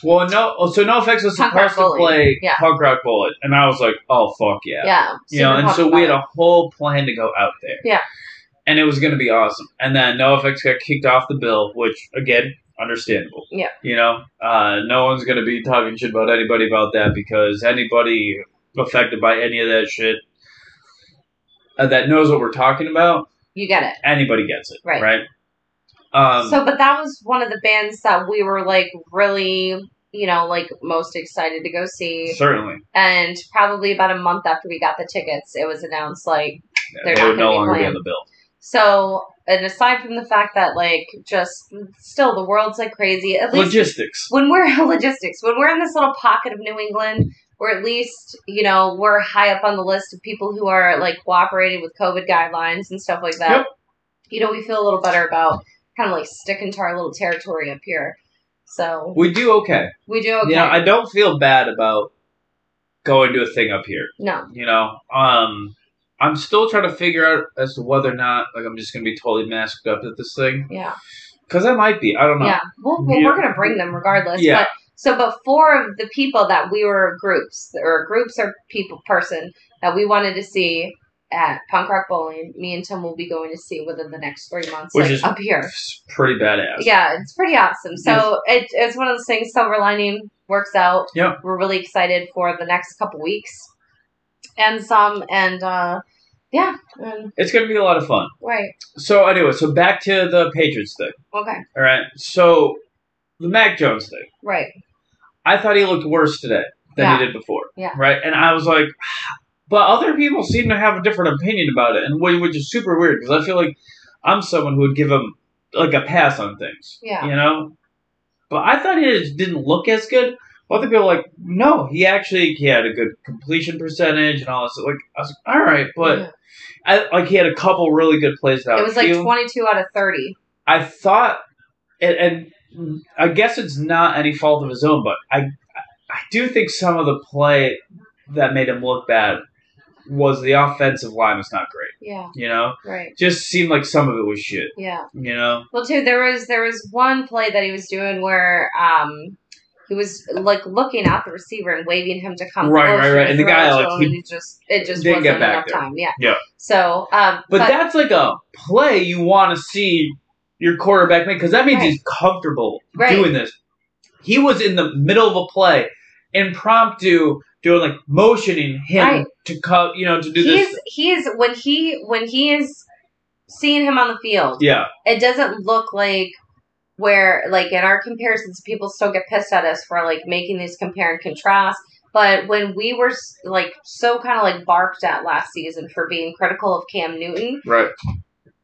S1: Well, no, oh, so No Effects was
S2: Punk
S1: supposed
S2: Rock
S1: to
S2: Bullet.
S1: play
S2: Yeah.
S1: Punk Rock Bullet, and I was like, oh fuck yeah,
S2: yeah,
S1: you know,
S2: super
S1: and
S2: pumped
S1: so we had
S2: about
S1: a whole plan to go out there.
S2: Yeah.
S1: And it was going to be awesome. And then NoFX got kicked off the bill, which, again, understandable.
S2: Yeah.
S1: You know, uh, no one's going to be talking shit about anybody about that because anybody affected by any of that shit uh, that knows what we're talking about,
S2: it. you get it.
S1: anybody gets it.
S2: Right.
S1: Right. Um,
S2: so, but that was one of the bands that we were like really, you know, like most excited to go see.
S1: certainly.
S2: And probably about a month after we got the tickets, it was announced like They're
S1: they
S2: not
S1: would no
S2: gonna be
S1: longer be
S2: playing.
S1: on the bill.
S2: so. And aside from the fact that like just still the world's like crazy, at least
S1: Logistics.
S2: when we're logistics, when we're in this little pocket of New England, or at least you know we're high up on the list of people who are like cooperating with COVID guidelines and stuff like that.
S1: Yep.
S2: You know, we feel a little better about kind of like sticking to our little territory up here. So
S1: We do okay.
S2: we do okay.
S1: You know, I don't feel bad about going to a thing up here.
S2: no,
S1: you know um i'm still trying to figure out as to whether or not like i'm just gonna be totally masked up at this thing
S2: yeah,
S1: because i might be i don't know
S2: yeah. Well, well
S1: Yeah.
S2: we're gonna bring them regardless.
S1: Yeah.
S2: But so, but four of the people that we were groups or groups or people person that we wanted to see. At Punk Rock Bowling, me and Tim will be going to see within the next three months,
S1: Which
S2: like,
S1: is
S2: up here.
S1: it's pretty badass
S2: Yeah, it's pretty awesome. So it, it's one of those things. Silver lining works out.
S1: Yeah.
S2: we're really excited for the next couple weeks, and some and uh, yeah, and,
S1: it's gonna be a lot of fun
S2: right,
S1: so anyway so back to the patriots thing
S2: okay,
S1: all right so the mac jones thing
S2: right,
S1: i thought he looked worse today than
S2: Yeah.
S1: he did before
S2: Yeah.
S1: right and i was like but other people seem to have a different opinion about it and wh- which is super weird because i feel like i'm someone who would give him like a pass on things
S2: yeah,
S1: you know. But I thought he just didn't look as good. Other people were like, no, he actually he had a good completion percentage and all this. Like I was like, all right, but
S2: Yeah.
S1: I, like he had a couple really good plays that
S2: Mm-hmm. it was like
S1: outfield.
S2: twenty two out of thirty.
S1: I thought, and, and I guess it's not any fault of his own, but I I do think some of the play that made him look bad was the offensive line was not great.
S2: Yeah,
S1: You know,
S2: right,
S1: just seemed like some of it was shit.
S2: yeah.
S1: You know,
S2: Well, too, there was there was one play that he was doing where um. He was like looking at the receiver and waving him to come
S1: Right, right,
S2: closer
S1: right. And the
S2: throw
S1: guy,
S2: to
S1: like,
S2: him,
S1: he
S2: and it just it just
S1: didn't
S2: wasn't
S1: get back
S2: enough
S1: there.
S2: time. Yeah,
S1: Yeah.
S2: So, um,
S1: But, that's like a play you want to see your quarterback make because that means
S2: Right.
S1: he's comfortable
S2: Right.
S1: doing this. He was in the middle of a play, impromptu, doing like motioning him
S2: Right.
S1: to come, you know, to do
S2: he's
S1: this.
S2: he's when he when he is seeing him on the field,
S1: Yeah,
S2: it doesn't look like where like in our comparisons, people still get pissed at us for like making these compare and contrast. But when we were s- like so kind of like barked at last season for being critical of Cam Newton,
S1: right.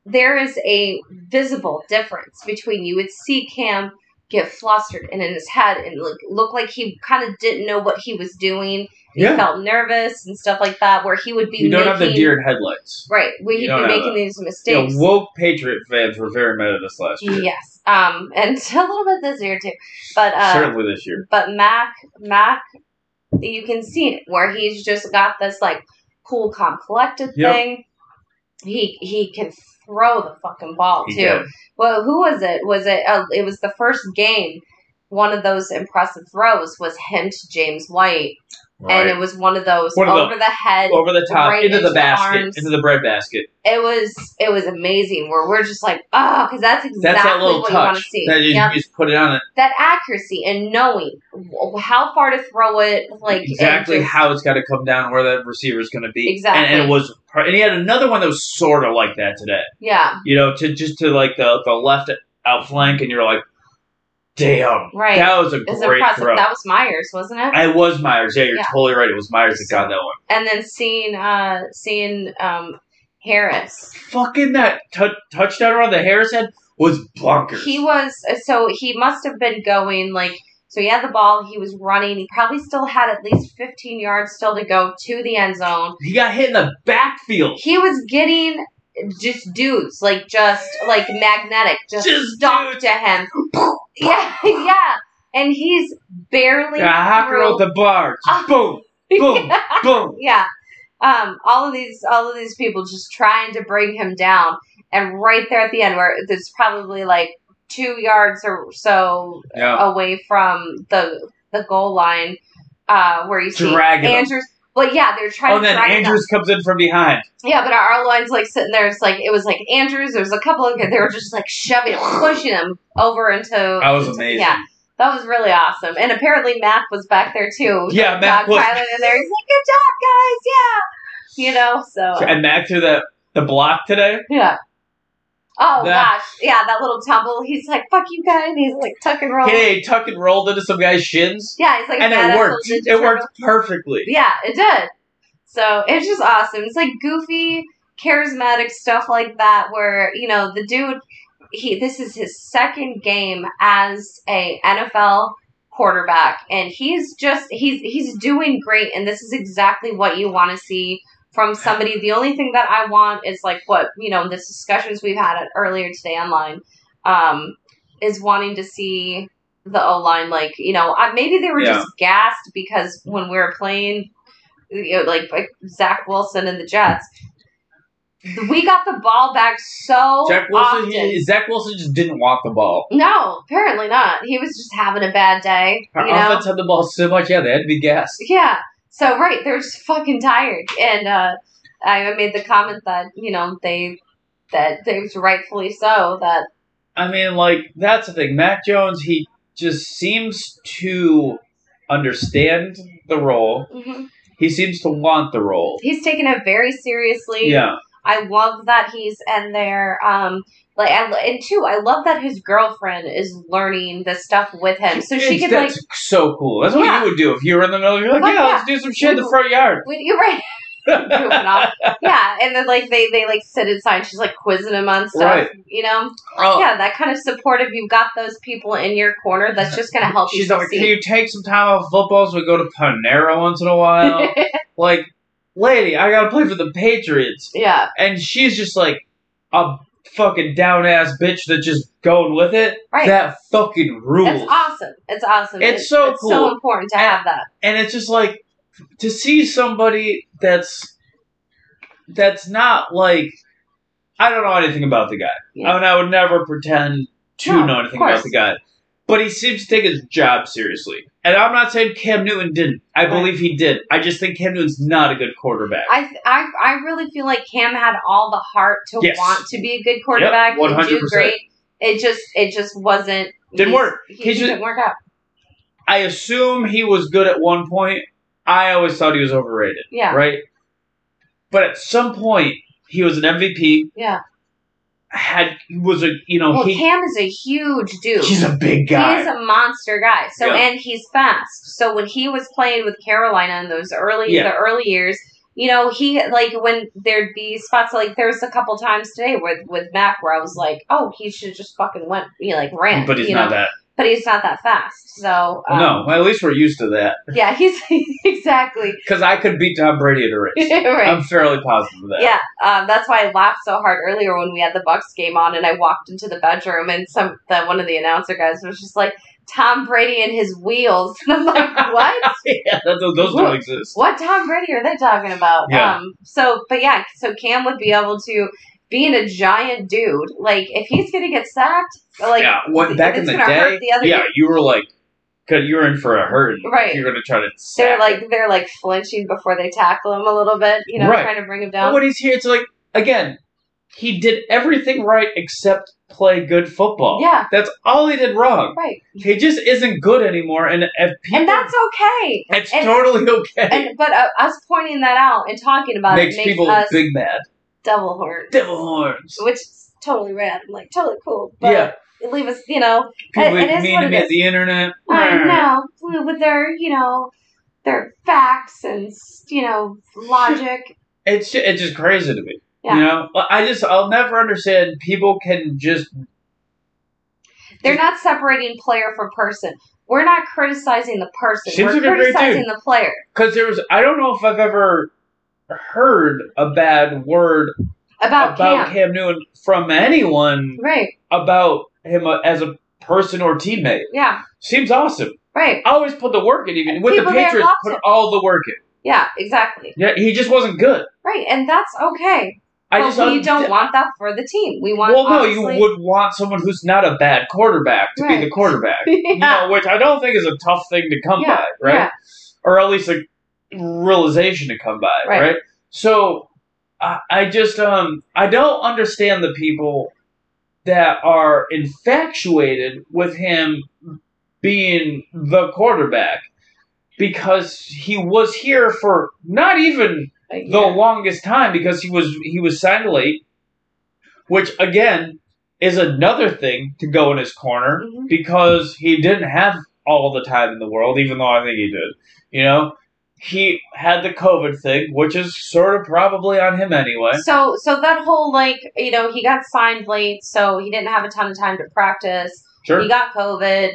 S2: there is a visible difference between you would see Cam get flustered and in his head and like look like he kind of didn't know what he was doing. He
S1: Yeah,
S2: felt nervous and stuff like that. Where he would be
S1: you don't have the
S2: making-
S1: deer in headlights.
S2: Right. We
S1: You
S2: he'd
S1: don't
S2: be
S1: have
S2: making
S1: that.
S2: these
S1: Yeah,
S2: mistakes.
S1: woke Patriot fans were very mad at us last year.
S2: yes. Um, and a little bit this year too. But uh
S1: Certainly this year.
S2: but Mac Mac you can see it where he's just got this like cool calm collected
S1: Yep.
S2: thing. He he can throw the fucking ball
S1: He
S2: too.
S1: did.
S2: Well, who was it? Was it uh, it was the first game one of those impressive throws was him to James White,
S1: Right.
S2: and it was one of those
S1: One of the-
S2: over the, head.
S1: Over the top,
S2: right
S1: into
S2: into
S1: the
S2: the
S1: basket,
S2: arms.
S1: into the bread basket.
S2: It was it was amazing. Where we're just like, oh, because that's exactly
S1: That's that little
S2: what you want to
S1: touch
S2: see.
S1: that you,
S2: Yep.
S1: you just put it on it.
S2: that accuracy and knowing w- how far to throw it, like and
S1: exactly
S2: just-
S1: how it's got to come down, where that receiver is going to be.
S2: Exactly.
S1: And, and it was, and he had another one that was sort of like that today.
S2: yeah,
S1: You know, to just to like the the left outflank, and you're like, damn,
S2: right.
S1: that was a
S2: It's
S1: great
S2: impressive.
S1: throw.
S2: That was Myers, wasn't it?
S1: I was Myers. Yeah, you're
S2: Yeah.
S1: totally right. It was Myers that got that one.
S2: and then seeing uh seeing um Harris.
S1: Fucking that tou- touchdown run that Harris had was bonkers.
S2: He was uh, so he must have been going like so he had the ball, he was running, he probably still had at least 15 yards still to go to the end zone.
S1: he got hit in the backfield.
S2: He was getting just dudes like just like magnetic just,
S1: Just
S2: stuck to him. yeah, yeah. And he's barely
S1: Got hot girl
S2: through-
S1: at the bar. Just boom, boom, boom.
S2: Ah. yeah um all of these all of these people just trying to bring him down and right there at the end where there's probably like two yards or so
S1: Yeah.
S2: away from the the goal line uh where you see
S1: Dragging him.
S2: andrews but yeah they're trying
S1: Oh, and
S2: to
S1: then
S2: drag him down.
S1: Andrews comes in from behind.
S2: yeah but our, our line's like sitting there it's like it was like andrews there's a couple of they were just like shoving him pushing him over into
S1: That was amazing.
S2: yeah that was really awesome and apparently mac was back there too
S1: Yeah, Mac
S2: Mac
S1: was,
S2: Tyler in there. He's like, "Good job, guys! Yeah, you know." So
S1: and Mac threw that the block today.
S2: yeah. Oh
S1: That-
S2: gosh, yeah, that little tumble. He's like, "Fuck you, guys!" And he's like, "Tuck and roll."
S1: Hey, tuck and rolled into some guy's shins,
S2: Yeah, he's like, a
S1: and
S2: badass
S1: it
S2: little
S1: worked.
S2: Ninja
S1: It worked
S2: Turtle.
S1: perfectly.
S2: Yeah, it did. So it's just awesome. It's like goofy, charismatic stuff like that, where you know the dude. He this is his second game as a NFL quarterback, and he's just he's he's doing great, and this is exactly what you want to see from somebody. The only thing that I want is like what you know the discussions we've had earlier today online um, is wanting to see the O line like you know I, maybe they were
S1: Yeah.
S2: just gassed because when we were playing you know, like, like Zach Wilson and the Jets, we got the ball back so
S1: Zach Wilson,
S2: often.
S1: he, Zach Wilson just didn't want the ball.
S2: no, apparently not. He was just having a bad day.
S1: Our
S2: You know?
S1: offense had the ball so much. Yeah, they had to be gassed.
S2: Yeah. So right, they're just fucking tired. And uh, I made the comment that you know they that they was rightfully so that
S1: I mean, like that's the thing. Mac Jones, he just seems to understand the role.
S2: mhm.
S1: He seems to want the role.
S2: he's taking it very seriously.
S1: Yeah,
S2: I love that he's in there. Um, like I, and two, I love that his girlfriend is learning this stuff with him, so she
S1: It's-
S2: could like
S1: that's so cool. That's what
S2: Yeah.
S1: you would do if you were in the middle. You're like,
S2: Like,
S1: yeah,
S2: yeah.
S1: let's do some shit in the front yard.
S2: When you right, goofing off. yeah, and then like they they like sit inside. She's like quizzing him on stuff,
S1: Right.
S2: you know.
S1: Oh,
S2: Yeah, that kind of supportive. You've got those people in your corner. That's just gonna help
S1: She's
S2: you
S1: like, can
S2: succeed.
S1: you take some time off football so we go to Panera once in a while? like, lady, I gotta play for the Patriots.
S2: yeah,
S1: And she's just like a fucking down ass bitch that just going with it.
S2: Right.
S1: That fucking rules.
S2: it's awesome. It's awesome.
S1: It's so
S2: it's So
S1: cool.
S2: important to have that.
S1: and it's just like to see somebody that's that's not like I don't know anything about the guy.
S2: Yeah.
S1: I mean I would never pretend to
S2: No, of
S1: know anything
S2: course.
S1: about the guy. But he seems to take his job seriously. And I'm not saying Cam Newton didn't. I
S2: Right.
S1: believe he did. I just think Cam Newton's not a good quarterback.
S2: I, I I really feel like Cam had all the heart to
S1: Yes.
S2: want to be a good quarterback and do
S1: 100%.
S2: great. It just it just wasn't
S1: Didn't
S2: he's-
S1: work.
S2: He,
S1: He
S2: just
S1: just-
S2: didn't work out.
S1: I assume he was good at one point. I always thought he was overrated,
S2: Yeah,
S1: right? But at some point he was an MVP,
S2: yeah.
S1: had was a you know,
S2: Well,
S1: he
S2: Cam is a huge dude.
S1: he's a big guy.
S2: He's a monster guy. So
S1: Yeah.
S2: and he's fast. So when he was playing with Carolina in those early
S1: Yeah.
S2: the early years, you know, he like when there'd be spots like there was a couple times today with with Mac where I was like, oh, he should just fucking went, he like ran,
S1: But he's
S2: you
S1: not
S2: know?
S1: that.
S2: But he's not that fast. So um,
S1: no, well, at least we're used to that.
S2: yeah, he's exactly
S1: Because I could beat Tom Brady at a race.
S2: right.
S1: I'm fairly positive of that.
S2: Yeah, um, that's why I laughed so hard earlier when we had the Bucks game on, and I walked into the bedroom, and some the, one of the announcer guys was just like Tom Brady and his wheels, and I'm like, what?
S1: Yeah, that- those, those
S2: Whoa.
S1: don't exist.
S2: what Tom Brady are they talking about?
S1: Yeah.
S2: Um, so, but yeah, so Cam would be able to being a giant dude, like if he's gonna get sacked, like
S1: yeah, what, back in
S2: it's
S1: the
S2: gonna hurt
S1: day,
S2: the other
S1: yeah,
S2: dude.
S1: you were like, Cause you're in for a hurt.
S2: Right.
S1: You're gonna try to.
S2: They're
S1: sack
S2: like they're like flinching before they tackle him a little bit, you know,
S1: Right.
S2: trying to bring him
S1: But
S2: down.
S1: when he's here, it's like again, he did everything right except play good football.
S2: Yeah.
S1: that's all he did wrong.
S2: Right.
S1: He just isn't good anymore, and if people,
S2: And that's okay.
S1: it's
S2: and-
S1: totally okay.
S2: And but uh, us pointing that out and talking about
S1: makes
S2: it makes
S1: people
S2: us
S1: big mad.
S2: devil horns.
S1: Devil horns.
S2: Which is totally rad. like totally cool. But
S1: yeah,
S2: it leave us, you know,
S1: people
S2: it- it
S1: get
S2: is
S1: mean
S2: what
S1: to
S2: it
S1: me at
S2: is.
S1: the internet.
S2: I know with their, you know, their facts and you know logic.
S1: It's ju- it's just crazy to me.
S2: Yeah.
S1: You know, But I just I'll never understand. People can just
S2: They're not separating player from person. We're not criticizing the person.
S1: Seems like
S2: We're
S1: a great dude.
S2: criticizing the player.
S1: because there was I don't know if I've ever heard a bad word
S2: About,
S1: about
S2: Cam.
S1: Cam Newton from anyone
S2: Right.
S1: about him uh, as a person or teammate.
S2: Yeah.
S1: Seems awesome.
S2: Right.
S1: I always put the work in, even with
S2: People
S1: the
S2: there
S1: Patriots.
S2: loved
S1: Put
S2: him.
S1: all the work in.
S2: Yeah, exactly.
S1: Yeah, he just wasn't good.
S2: Right. And that's okay.
S1: I
S2: but
S1: just
S2: we
S1: un-
S2: don't want that for the team. We want
S1: Well, no,
S2: obviously-
S1: you would want someone who's not a bad quarterback to be the
S2: Right.
S1: quarterback.
S2: yeah.
S1: You know, which I don't think is a tough thing to come
S2: Yeah,
S1: by, right?
S2: yeah.
S1: Or at least a realization to come by, right?
S2: Right.
S1: So I, I just um I don't understand the people that are infatuated with him being the quarterback because he was here for not even
S2: Like,
S1: the
S2: yeah.
S1: longest time because he was he was signed late, which again is another thing to go in his corner
S2: Mhm.
S1: because he didn't have all the time in the world, even though I think he did. You know, he had the COVID thing, which is sort of probably on him anyway.
S2: So, so that whole like, you know, he got signed late, so he didn't have a ton of time to practice.
S1: Sure,
S2: He got COVID,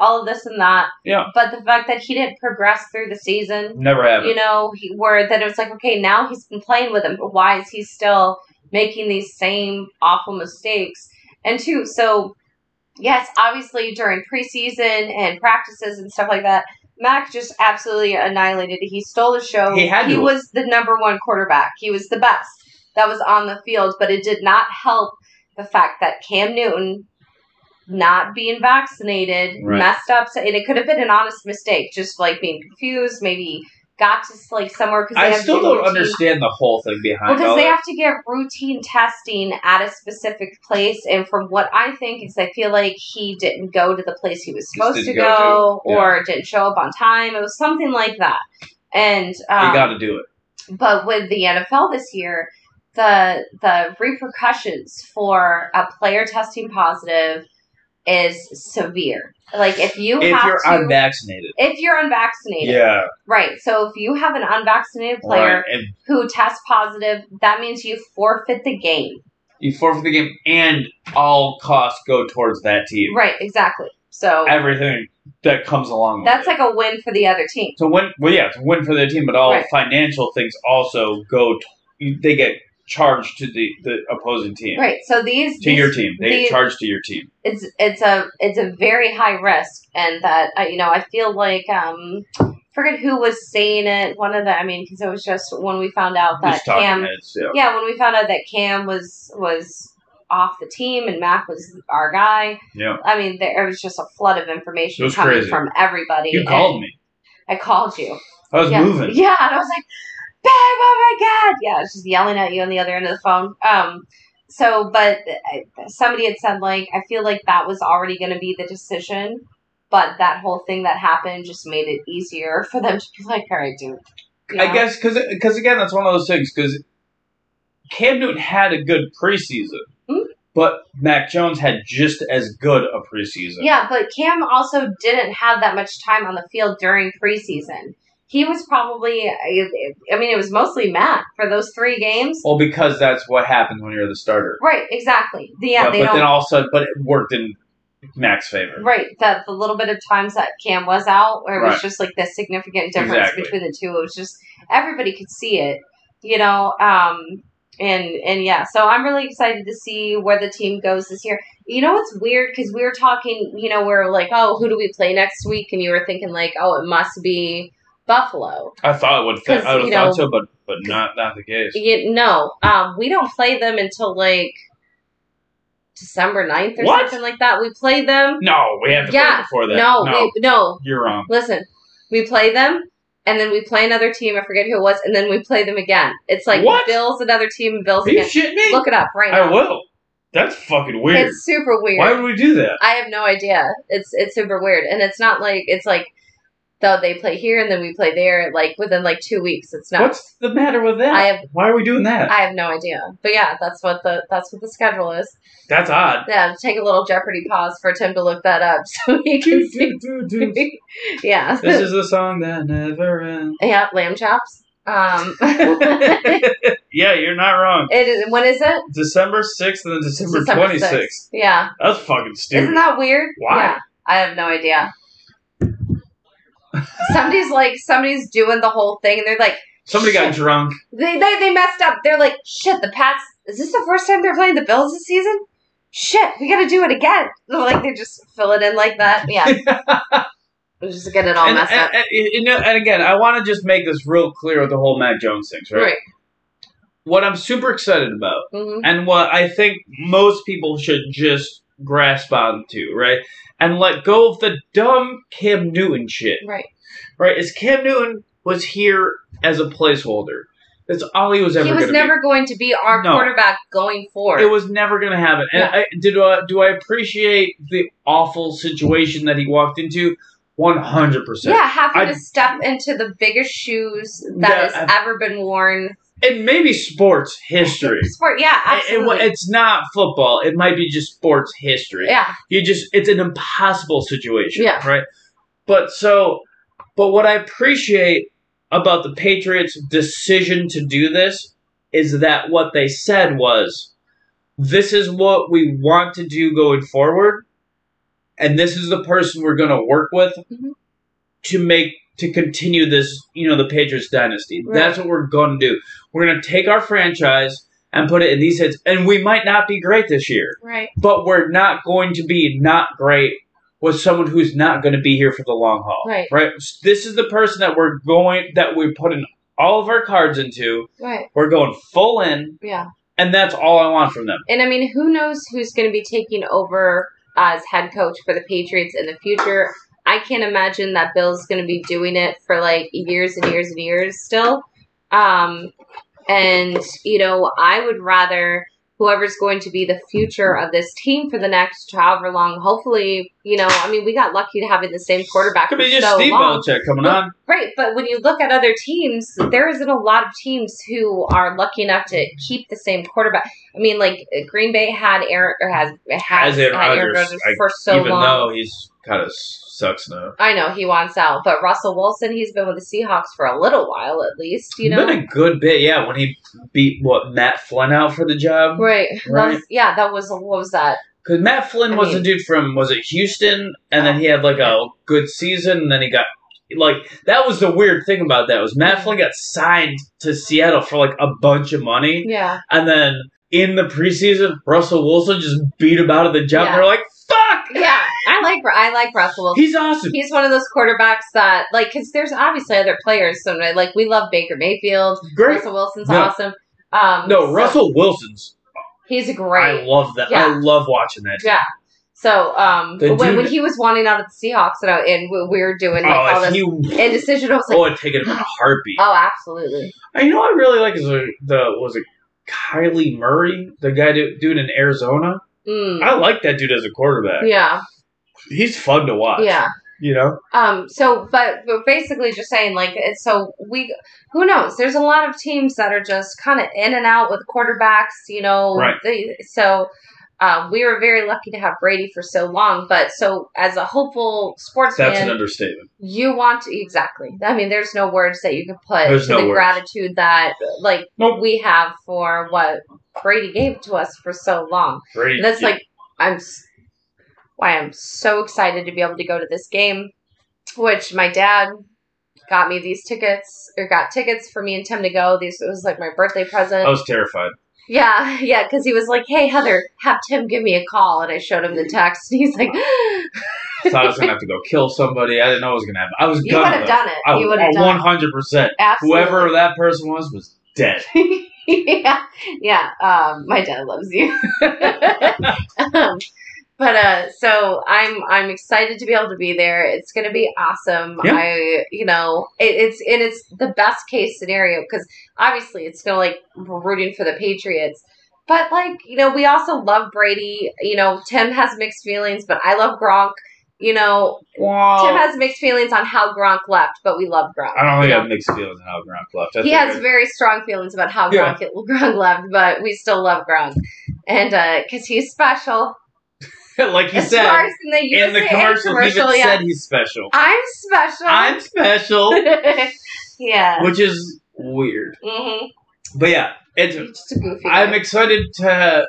S2: all of this and that.
S1: Yeah.
S2: But the fact that he didn't progress through the season,
S1: never happened.
S2: you know, he, where that it was like, okay, now he's been playing with him, but why is he still making these same awful mistakes? And two, so yes, obviously during preseason and practices and stuff like that, Mac just absolutely annihilated. it. He stole the show.
S1: He had to.
S2: was the number one quarterback. He was the best that was on the field, but it did not help the fact that Cam Newton not being vaccinated
S1: Right.
S2: messed up so, and it could have been an honest mistake just like being confused maybe got to like somewhere because
S1: I
S2: have
S1: still
S2: to do
S1: don't
S2: routine-
S1: understand the whole thing behind
S2: because
S1: all
S2: they
S1: that.
S2: have to get routine testing at a specific place and from what i think is i feel like he didn't go to the place he was supposed to
S1: didn't
S2: go,
S1: go to, yeah.
S2: or didn't show up on time it was something like that and
S1: You
S2: um,
S1: got to do it.
S2: but with the NFL this year, the the repercussions for a player testing positive is severe. Like if you
S1: If
S2: have
S1: you're
S2: to,
S1: unvaccinated,
S2: if you're unvaccinated,
S1: yeah,
S2: right? So if you have an unvaccinated player
S1: right, and
S2: who tests positive, that means you forfeit the game.
S1: you forfeit the game, and all costs go towards that team.
S2: Right? Exactly. So
S1: everything that comes along
S2: that's
S1: with it.
S2: like a win for the other team.
S1: so when well yeah it's a win for their team but all
S2: Right.
S1: financial things also go t- they get charged to the, the opposing team
S2: Right. So these
S1: to
S2: these-
S1: your team they
S2: these-
S1: get charged to your team
S2: it's it's a it's a very high risk, and that uh, you know I feel like um forget who was saying it. One of the I mean because it was just when we found out that
S1: just talking
S2: Cam
S1: heads yeah.
S2: yeah when we found out that Cam was was off the team and Mac was our guy.
S1: Yeah.
S2: I mean there it was just a flood of
S1: It
S2: information
S1: was
S2: coming
S1: crazy.
S2: from everybody.
S1: you
S2: and
S1: called me
S2: I called you.
S1: i was
S2: yeah.
S1: moving
S2: Yeah, and I was like, babe, oh my god. Yeah, she's yelling at you on the other end of the phone. Um, so, but I- somebody had said like, I feel like that was already going to be the decision, but that whole thing that happened just made it easier for them to be like, all right, dude. you
S1: i
S2: know?
S1: guess because again that's one of those things because cam newton had a good preseason
S2: Mhm.
S1: but mac jones had just as good a preseason
S2: Yeah, but Cam also didn't have that much time on the field during preseason. He was probably, I I mean, it was mostly Matt for those three games.
S1: well because that's what happens when you're the starter
S2: Right, exactly. Yeah,
S1: but,
S2: they
S1: but
S2: don't
S1: then all of a sudden but it worked in mac's favor
S2: Right, that the little bit of times that Cam was out, where it
S1: Right.
S2: was just like the significant difference
S1: Exactly.
S2: between the two. It was just everybody could see it, you know. Um, and and yeah, so I'm really excited to see where the team goes this year. You know, it's weird because we were talking, you know, we are like, oh, who do we play next week? And you were thinking like, oh, it must be Buffalo.
S1: I thought it would fit.
S2: 'Cause,
S1: I would have
S2: you
S1: thought
S2: know-
S1: so, but but not not the case.
S2: You, no, um, we don't play them until like December 9th or
S1: What?
S2: something like that. We played them.
S1: No, we have to play
S2: Yeah.
S1: before that.
S2: No,
S1: No,
S2: We, no.
S1: you're wrong.
S2: Listen, we play them, and then we play another team. I forget who it was, and then we play them again. It's like
S1: What?
S2: Bills another team, and Bills
S1: Are you
S2: again.
S1: shitting me?
S2: Look it up right
S1: I
S2: now.
S1: will. That's fucking weird.
S2: It's super weird.
S1: Why would we do that?
S2: I have no idea. It's it's super weird, and it's not like it's like though they play here and then we play there like within like two weeks. It's not.
S1: What's the matter with that?
S2: I have
S1: Why are we doing that?
S2: I have no idea. But yeah, that's what the that's what the schedule is.
S1: That's odd.
S2: Yeah, take a little Jeopardy pause for Tim to look that up so he can see.
S1: this
S2: yeah.
S1: is the song that never ends.
S2: yeah, lamb chops. Um,
S1: yeah, you're not wrong.
S2: it is, when is it?
S1: December 6th and then December,
S2: December
S1: 26th.
S2: 6th. Yeah.
S1: That's fucking stupid.
S2: Isn't that weird?
S1: Why?
S2: Yeah. I have no idea. somebody's like somebody's doing the whole thing and they're like
S1: Somebody got drunk.
S2: they, they they messed up. They're like, shit, the Pats is this the first time they're playing the Bills this season? Shit, we gotta do it again. They're like they just fill it in like that. Yeah. We just get it all
S1: and,
S2: messed Oh, up.
S1: and- and- you know, and again, I want to just make this real clear with the whole Matt Jones thing, right?
S2: Right.
S1: What I'm super excited about,
S2: hmm
S1: and what I think most people should just grasp onto, right? And let go of the dumb Cam Newton shit,
S2: Right.
S1: right? Is Cam Newton was here as a placeholder. That's all he was ever.
S2: He was
S1: gonna be.
S2: never going to be our
S1: No.
S2: quarterback going forward.
S1: It was never going to happen. And I, did uh, do I appreciate the awful situation that he walked into? One hundred percent.
S2: yeah, having
S1: I-
S2: to step into the biggest shoes that
S1: Yeah,
S2: has ever been worn.
S1: And maybe sports history.
S2: Sport, yeah,
S1: It-
S2: absolutely.
S1: it- it's not football. It might be just sports history.
S2: yeah,
S1: You just it's an impossible situation.
S2: Yeah.
S1: Right. But so, but what I appreciate about the Patriots' decision to do this is that what they said was, "This is what we want to do going forward, and this is the person we're going to work with
S2: Mhm.
S1: to make." To continue this, you know, the Patriots dynasty.
S2: Right.
S1: That's what we're going to do. We're going to take our franchise and put it in these heads. And we might not be great this year,
S2: right.
S1: but we're not going to be not great with someone who's not going to be here for the long haul.
S2: Right.
S1: Right. This is the person that we're going that we're putting all of our cards into.
S2: Right.
S1: We're going full in,
S2: Yeah.
S1: and that's all I want from them.
S2: And I mean, who knows who's going to be taking over as head coach for the Patriots in the future? I can't imagine that Bill's going to be doing it for like years and years and years still. Um, and, you know, I would rather whoever's going to be the future of this team for the next however long, hopefully, you know, I mean, we got lucky to have it the same quarterback
S1: Could
S2: for
S1: be just
S2: so
S1: Steve
S2: long.
S1: Belichick coming
S2: Look-
S1: on.
S2: Right, but when you look at other teams, there isn't a lot of teams who are lucky enough to keep the same quarterback. I mean, like Green Bay had Aaron or has has
S1: Has Aaron
S2: had Aaron
S1: Rodgers,
S2: Rodgers
S1: I-
S2: for so
S1: even
S2: long.
S1: though he's kind of sucks now.
S2: I know he wants out, but Russell Wilson, he's been with the Seahawks for a little while at least, you know.
S1: been a good bit, yeah. When he beat what Matt Flynn out for the job,
S2: Right. That
S1: Right.
S2: was- yeah, that was what was that?
S1: Because Matt Flynn
S2: I
S1: was
S2: mean-
S1: the dude from was it Houston, and then he had like a good season, and then he got like that was the weird thing about that was Matt Flynn got signed to Seattle for like a bunch of money,
S2: Yeah.
S1: and then in the preseason Russell Wilson just beat him out of the job.
S2: Yeah.
S1: and They're like, "Fuck,
S2: Yeah. I like I like Russell Wilson.
S1: he's awesome."
S2: He's one of those quarterbacks that like cuz there's obviously other players so like we love Baker Mayfield.
S1: Great.
S2: Russell Wilson's
S1: No.
S2: awesome. Um
S1: No,
S2: so-
S1: Russell Wilson's.
S2: He's great.
S1: I love that. I
S2: Yeah.
S1: love watching that.
S2: Yeah. So um,
S1: The
S2: when,
S1: dude-
S2: when he was wanting out of the Seahawks and, I, and we we were doing like, all
S1: Oh,
S2: this
S1: if he
S2: indecision, I was like,
S1: oh, I'd take it in a heartbeat.
S2: oh, absolutely.
S1: Uh, You know what I really like is the, the was it Kylie Murray, the guy do, dude in Arizona.
S2: Mm.
S1: I like that dude as a quarterback.
S2: Yeah,
S1: He's fun to watch.
S2: yeah.
S1: You know?
S2: Um. So, but but basically, just saying like, it's so we who knows? There's a lot of teams that are just kind of in and out with quarterbacks, you know.
S1: Right.
S2: They, so. Uh, we were very lucky to have Brady for so long, but so as a hopeful sports
S1: That's
S2: fan,
S1: an understatement.
S2: you want to exactly. I mean, there's no words that you can put
S1: There's
S2: to
S1: no
S2: the
S1: words.
S2: gratitude that like
S1: Nope.
S2: we have for what Brady gave to us for so long.
S1: Brady,
S2: And that's like I'm s- why I'm so excited to be able to go to this game, which my dad got me these tickets or got tickets for me and Tim to go. These it was like my birthday present.
S1: I was terrified.
S2: Yeah, yeah, because he was like, "Hey Heather, have Tim give me a call," and I showed him the text, and he's like,
S1: I thought I was gonna have to go kill somebody. I didn't know it was gonna happen. I was
S2: "You would
S1: gonna
S2: have done it.
S1: I
S2: you would have done
S1: one
S2: it.
S1: hundred percent.
S2: Absolutely.
S1: Whoever that person was was dead.
S2: yeah, yeah. Um, my dad loves you. um, but uh, so I'm I'm excited to be able to be there. It's gonna be awesome.
S1: Yeah.
S2: I you know it, it's and it's the best case scenario because obviously it's gonna like we're rooting for the Patriots. But like you know, we also love Brady. You know, Tim has mixed feelings, but I love Gronk. You know, Tim
S1: Wow.
S2: has mixed feelings on how Gronk left, but we love Gronk.
S1: I don't think
S2: you
S1: I
S2: know?
S1: have mixed feelings on how Gronk left. I
S2: he
S1: think
S2: has
S1: I-
S2: very strong feelings about how
S1: Yeah.
S2: Gronk, Gronk left, but we still love Gronk. And because he's special.
S1: like he
S2: as far
S1: said
S2: as in the USA
S1: in the commercial, he even
S2: yeah.
S1: said he's special.
S2: I'm special.
S1: I'm special,
S2: yeah.
S1: which is weird.
S2: hmm
S1: But yeah, it's.
S2: He's just a goofy.
S1: I'm
S2: guy.
S1: excited to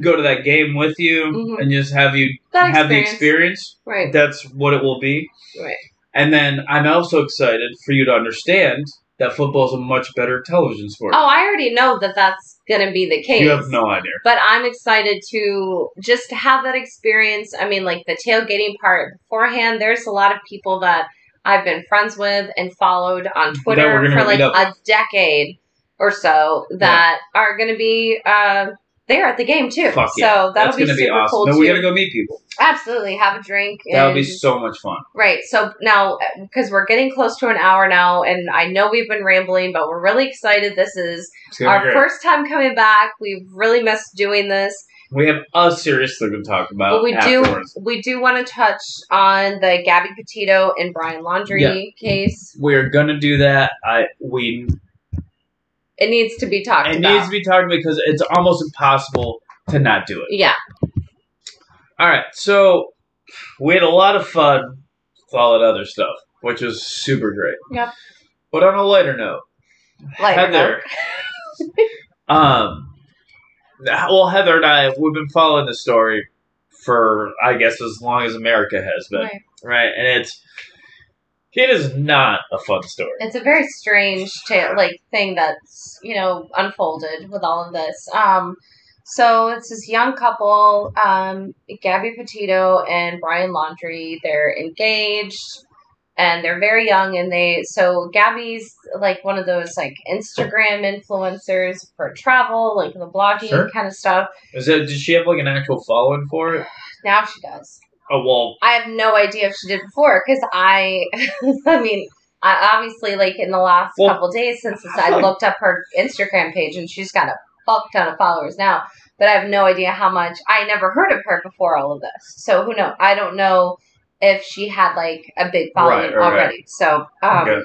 S1: go to that game with you
S2: Mhm.
S1: and just have you
S2: That
S1: have the experience.
S2: Right.
S1: That's what it will be.
S2: Right.
S1: And then I'm also excited for you to understand that football is a much better television sport.
S2: Oh, I already know that that's going to be the case.
S1: you have no idea.
S2: but I'm excited to just have that experience. I mean, like the tailgating part beforehand, there's a lot of people that I've been friends with and followed on
S1: we're
S2: Twitter
S1: gonna
S2: for like
S1: meet up.
S2: a decade or so that are going to be uh, there at the game too.
S1: Fuck
S2: so
S1: yeah.
S2: that'll
S1: That's
S2: be
S1: gonna
S2: super
S1: be awesome.
S2: cool
S1: no,
S2: too.
S1: we gotta go meet people.
S2: Absolutely, have a drink.
S1: That would
S2: and-
S1: be so much fun.
S2: Right. So now, because we're getting close to an hour now, and I know we've been rambling, but we're really excited. This is
S1: It's gonna be
S2: our
S1: great.
S2: first time coming back. We've really missed doing this.
S1: we have a serious thing to talk about.
S2: But we
S1: uh, afterwards.
S2: do we do want to touch on the Gabby Petito and Brian Laundry case.
S1: We're gonna do that. I we
S2: It needs to be talked
S1: it
S2: about.
S1: needs to be talked because it's almost impossible to not do it.
S2: yeah,
S1: All right, so we had a lot of fun with all that other stuff, which was super great.
S2: Yep.
S1: But on a lighter note,
S2: like
S1: Heather. um, well, Heather and I we've been following the story for I guess as long as America has been, right?
S2: Right.
S1: And it's it is not a fun story.
S2: It's a very strange ta- like thing that's you know unfolded with all of this. Um, so it's this young couple, um, Gabby Petito and Brian Laundry. They're engaged. And they're very young, and they so Gabby's like one of those like Instagram influencers for travel, like the blogging
S1: Sure.
S2: kind of stuff.
S1: Is it? Did she have like an actual following for it?
S2: Now she does.
S1: Oh well,
S2: I have no idea if she did before because I, I mean, I obviously like in the last
S1: Well,
S2: couple days since this,
S1: I
S2: I
S1: feel like-
S2: looked up her Instagram page and she's got a fuck ton of followers now. But I have no idea how much. I never heard of her before all of this, so who knows? I don't know if she had like a big following
S1: Right, right,
S2: already. So um,
S1: okay.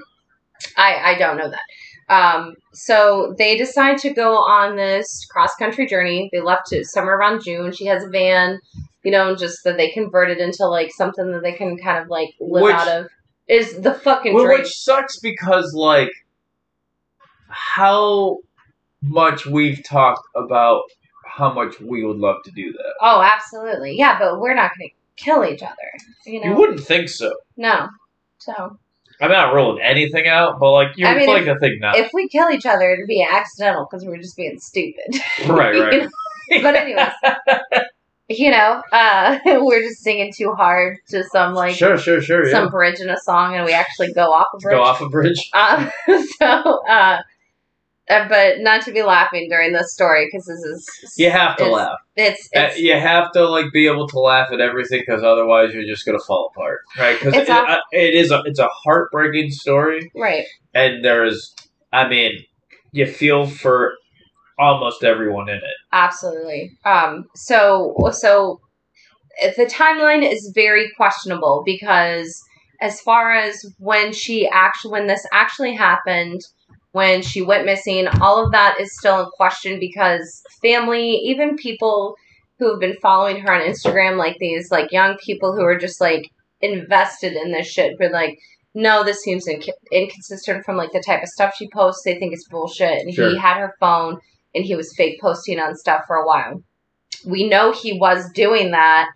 S2: I, I don't know that. Um, so they decide to go on this cross country journey. They left to somewhere around June. She has a van, you know, just that they converted into like something that they can kind of like live
S1: Which-
S2: out of. Is the fucking
S1: Well,
S2: dream.
S1: which sucks because like how much we've talked about how much we would love to do that.
S2: oh, absolutely. Yeah, but we're not going to kill each other, you know?
S1: You wouldn't think so.
S2: no. So
S1: I'm not rolling anything out, but like you
S2: I
S1: would
S2: mean,
S1: like to think not.
S2: if we kill each other, it'd be accidental because we're just being stupid.
S1: right, right.
S2: but, anyways. You know, uh, we're just singing too hard to some like
S1: sure, sure, sure. Yeah.
S2: some bridge in a song and we actually go off a bridge.
S1: Go off a bridge.
S2: Um, so, uh, uh, but not to be laughing during this story because this is
S1: You have to
S2: it's,
S1: laugh.
S2: It's
S1: Uh,
S2: it's,
S1: You have to like be able to laugh at everything because otherwise you're just gonna fall apart, right? Because
S2: It's
S1: it,
S2: awful.
S1: uh, it is a it's a heartbreaking story.
S2: right.
S1: and there is i mean you feel for almost everyone in it
S2: Absolutely. Um, so so the timeline is very questionable because as far as when she actually when this actually happened, when she went missing, all of that is still in question because family, even people who have been following her on Instagram, like these like young people who are just like invested in this shit, but like. No, this seems inc- inconsistent from like the type of stuff she posts. They think it's bullshit. And
S1: Sure.
S2: he had her phone and he was fake posting on stuff for a while. We know he was doing that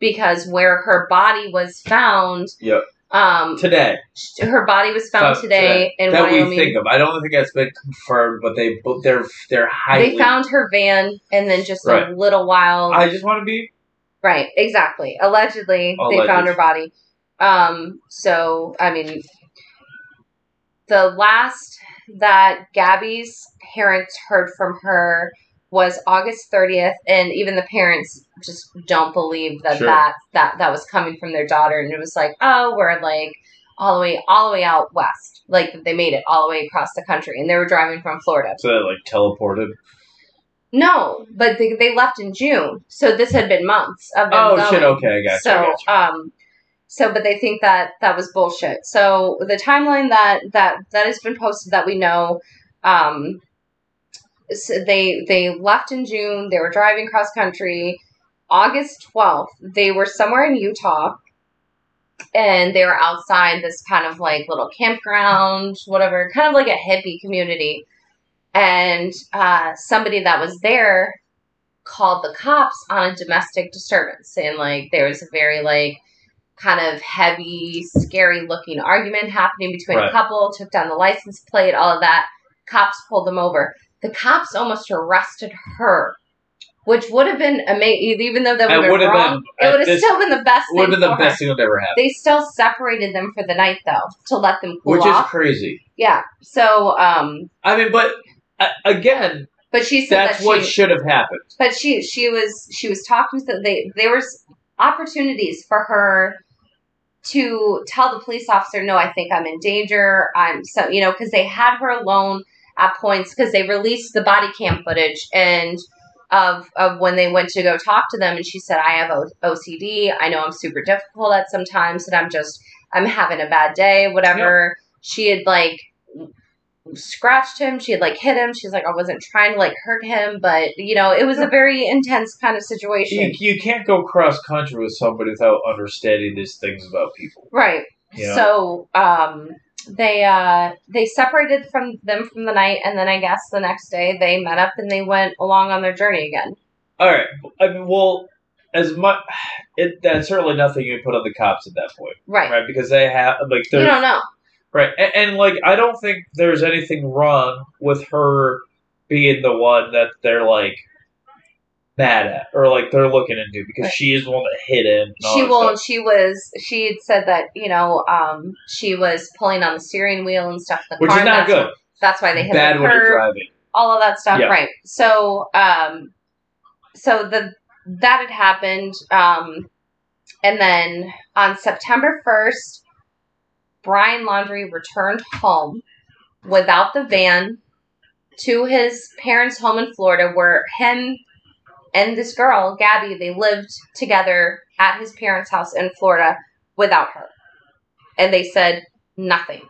S2: because where her body was found,
S1: Yep.
S2: um,
S1: today
S2: her body was found
S1: Found
S2: today in
S1: that we
S2: Wyoming.
S1: think of i don't think that's been confirmed but they but they're they're highly
S2: they found her van, and then just
S1: Right.
S2: a little while.
S1: i just want to be
S2: right, exactly. Allegedly, they
S1: Alleged.
S2: found her body. Um, so I mean, the last that Gabby's parents heard from her was August 30th, and even the parents just don't believe that
S1: Sure.
S2: that, that that was coming from their daughter. And it was like, oh, we're like all the way all the way out west, like they made it all the way across the country, and they were driving from Florida.
S1: So they like teleported.
S2: No, but they, they left in June, so this had been months of them
S1: Oh
S2: going.
S1: shit! Okay, I got you. I
S2: so
S1: got you.
S2: um so but they think that that was bullshit so the timeline that that that has been posted that we know um s they they left in june they were driving cross country august 12th they were somewhere in utah and they were outside this kind of like little campground whatever kind of like a hippie community and uh, somebody that was there called the cops on a domestic disturbance and like there was a very like kind of heavy scary looking argument happening between a
S1: Right.
S2: couple took down the license plate all of that cops pulled them over the cops almost arrested her which would have been amazing even though that
S1: It
S2: would have
S1: would
S2: been
S1: have
S2: wrong
S1: been-
S2: it would have
S1: this
S2: still been the best
S1: Would have been
S2: thing
S1: the
S2: for her.
S1: best thing that ever happened,
S2: they still separated them for the night though to let them cool
S1: which
S2: off
S1: is crazy.
S2: yeah so um
S1: I mean, but uh, again,
S2: but she said
S1: that's
S2: that
S1: what
S2: she
S1: should have happened.
S2: but she she was she was talking to they there was opportunities for her to tell the police officer no i think i'm in danger i'm so you know because they had her alone at points because they released the body cam footage and of of when they went to go talk to them and she said i have O- ocd i know i'm super difficult at sometimes and i'm just i'm having a bad day whatever she had like scratched him she had like hit him she's like i wasn't trying to like hurt him but you know it was a very intense kind of
S1: You,
S2: situation
S1: you can't go cross country with somebody without understanding these things about people.
S2: right
S1: You know?
S2: So um, they uh, they separated from them from the night, and then I guess the next day they met up and they went along on their journey again.
S1: All right. I mean, well, as much it that's certainly nothing you put on the cops at that point,
S2: Right.
S1: right? Because they have like
S2: You
S1: they're
S2: don't know.
S1: right, and, and like I don't think there's anything wrong with her being the one that they're like mad at or like they're looking into because
S2: Right.
S1: she is the one that hit him. And all
S2: She
S1: that
S2: will.
S1: stuff.
S2: and She was. She had said that you know um, she was pulling on the steering wheel and stuff. in The
S1: which
S2: car,
S1: is
S2: and
S1: not
S2: that's,
S1: good.
S2: That's why they hit
S1: Bad
S2: the
S1: when
S2: curb.
S1: you're driving.
S2: all of that stuff
S1: Yeah.
S2: right so um so the that had happened um and then on september 1st brian laundry returned home without the van to his parents home in florida where him and this girl gabby they lived together at his parents house in florida without her and they said nothing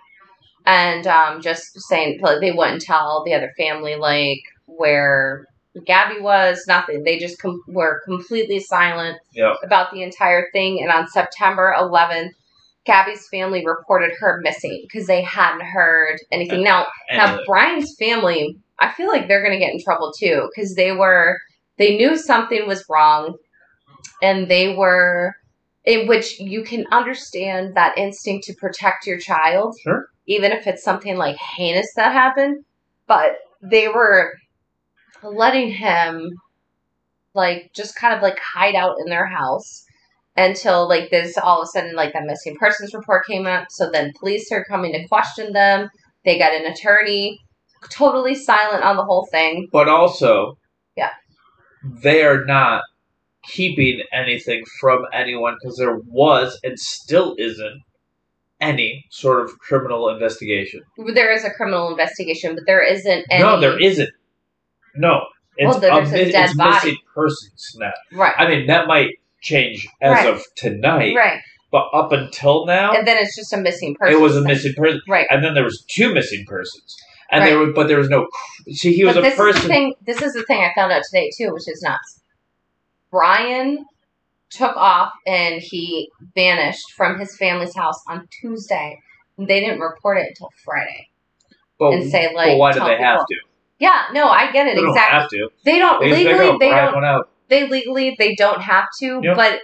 S2: and um, just saying like they wouldn't tell the other family like where Gabby was. Nothing. They just com- were completely silent
S1: Yeah.
S2: about the entire thing. And on September 11th, Gabby's family reported her missing because they hadn't heard anything. Now, now
S1: Anyway.
S2: Brian's family, I feel like they're gonna get in trouble too because they were they knew something was wrong, and they were. In which you can understand that instinct to protect your child
S1: Sure.
S2: even if it's something like heinous that happened, but they were letting him like just kind of like hide out in their house until like this all of a sudden like that missing persons report came up. So then police are coming to question them. They got an attorney, totally silent on the whole thing.
S1: But also,
S2: Yeah.
S1: they are not keeping anything from anyone because there was and still isn't any sort of criminal investigation.
S2: There is a criminal investigation, but there isn't any
S1: No, there isn't. No, it's
S2: Well, there's
S1: um,
S2: a
S1: it-
S2: dead
S1: it's
S2: body.
S1: missing persons now.
S2: right.
S1: I mean, that might change as
S2: Right.
S1: of tonight,
S2: Right.
S1: but up until now,
S2: And then it's just a missing person.
S1: it was a missing person,
S2: right.
S1: and then there was two missing persons, and there
S2: Right.
S1: was but there was no. cr- See, he was
S2: But
S1: a
S2: this Is the
S1: person.
S2: thing, this is the thing I found out today too, which is nuts. Brian took off and he vanished from his family's house on Tuesday. They didn't report it until Friday.
S1: but,
S2: and say,
S1: but
S2: like,
S1: Oh, why do
S2: tell
S1: they have to?
S2: people. Yeah, no, I get
S1: They
S2: it
S1: don't
S2: exactly.
S1: have to.
S2: They don't
S1: They just like,
S2: legally.
S1: oh,
S2: They
S1: Brian
S2: don't.
S1: went out.
S2: They legally. They don't have to.
S1: Yeah.
S2: But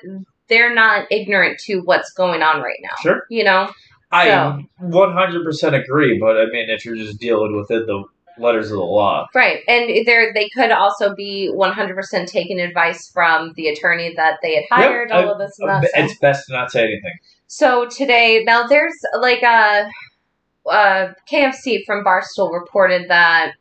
S2: they're not ignorant to what's going on right now.
S1: Sure.
S2: You know.
S1: I
S2: So-
S1: 100% agree, but I mean, if you're just dealing within the letters of the law,
S2: Right. And there they could also be 100% taking advice from the attorney that they had hired,
S1: I-
S2: all of this and that. so-
S1: it's best to not say anything.
S2: So today, now there's like a uh, KFC from Barstool reported that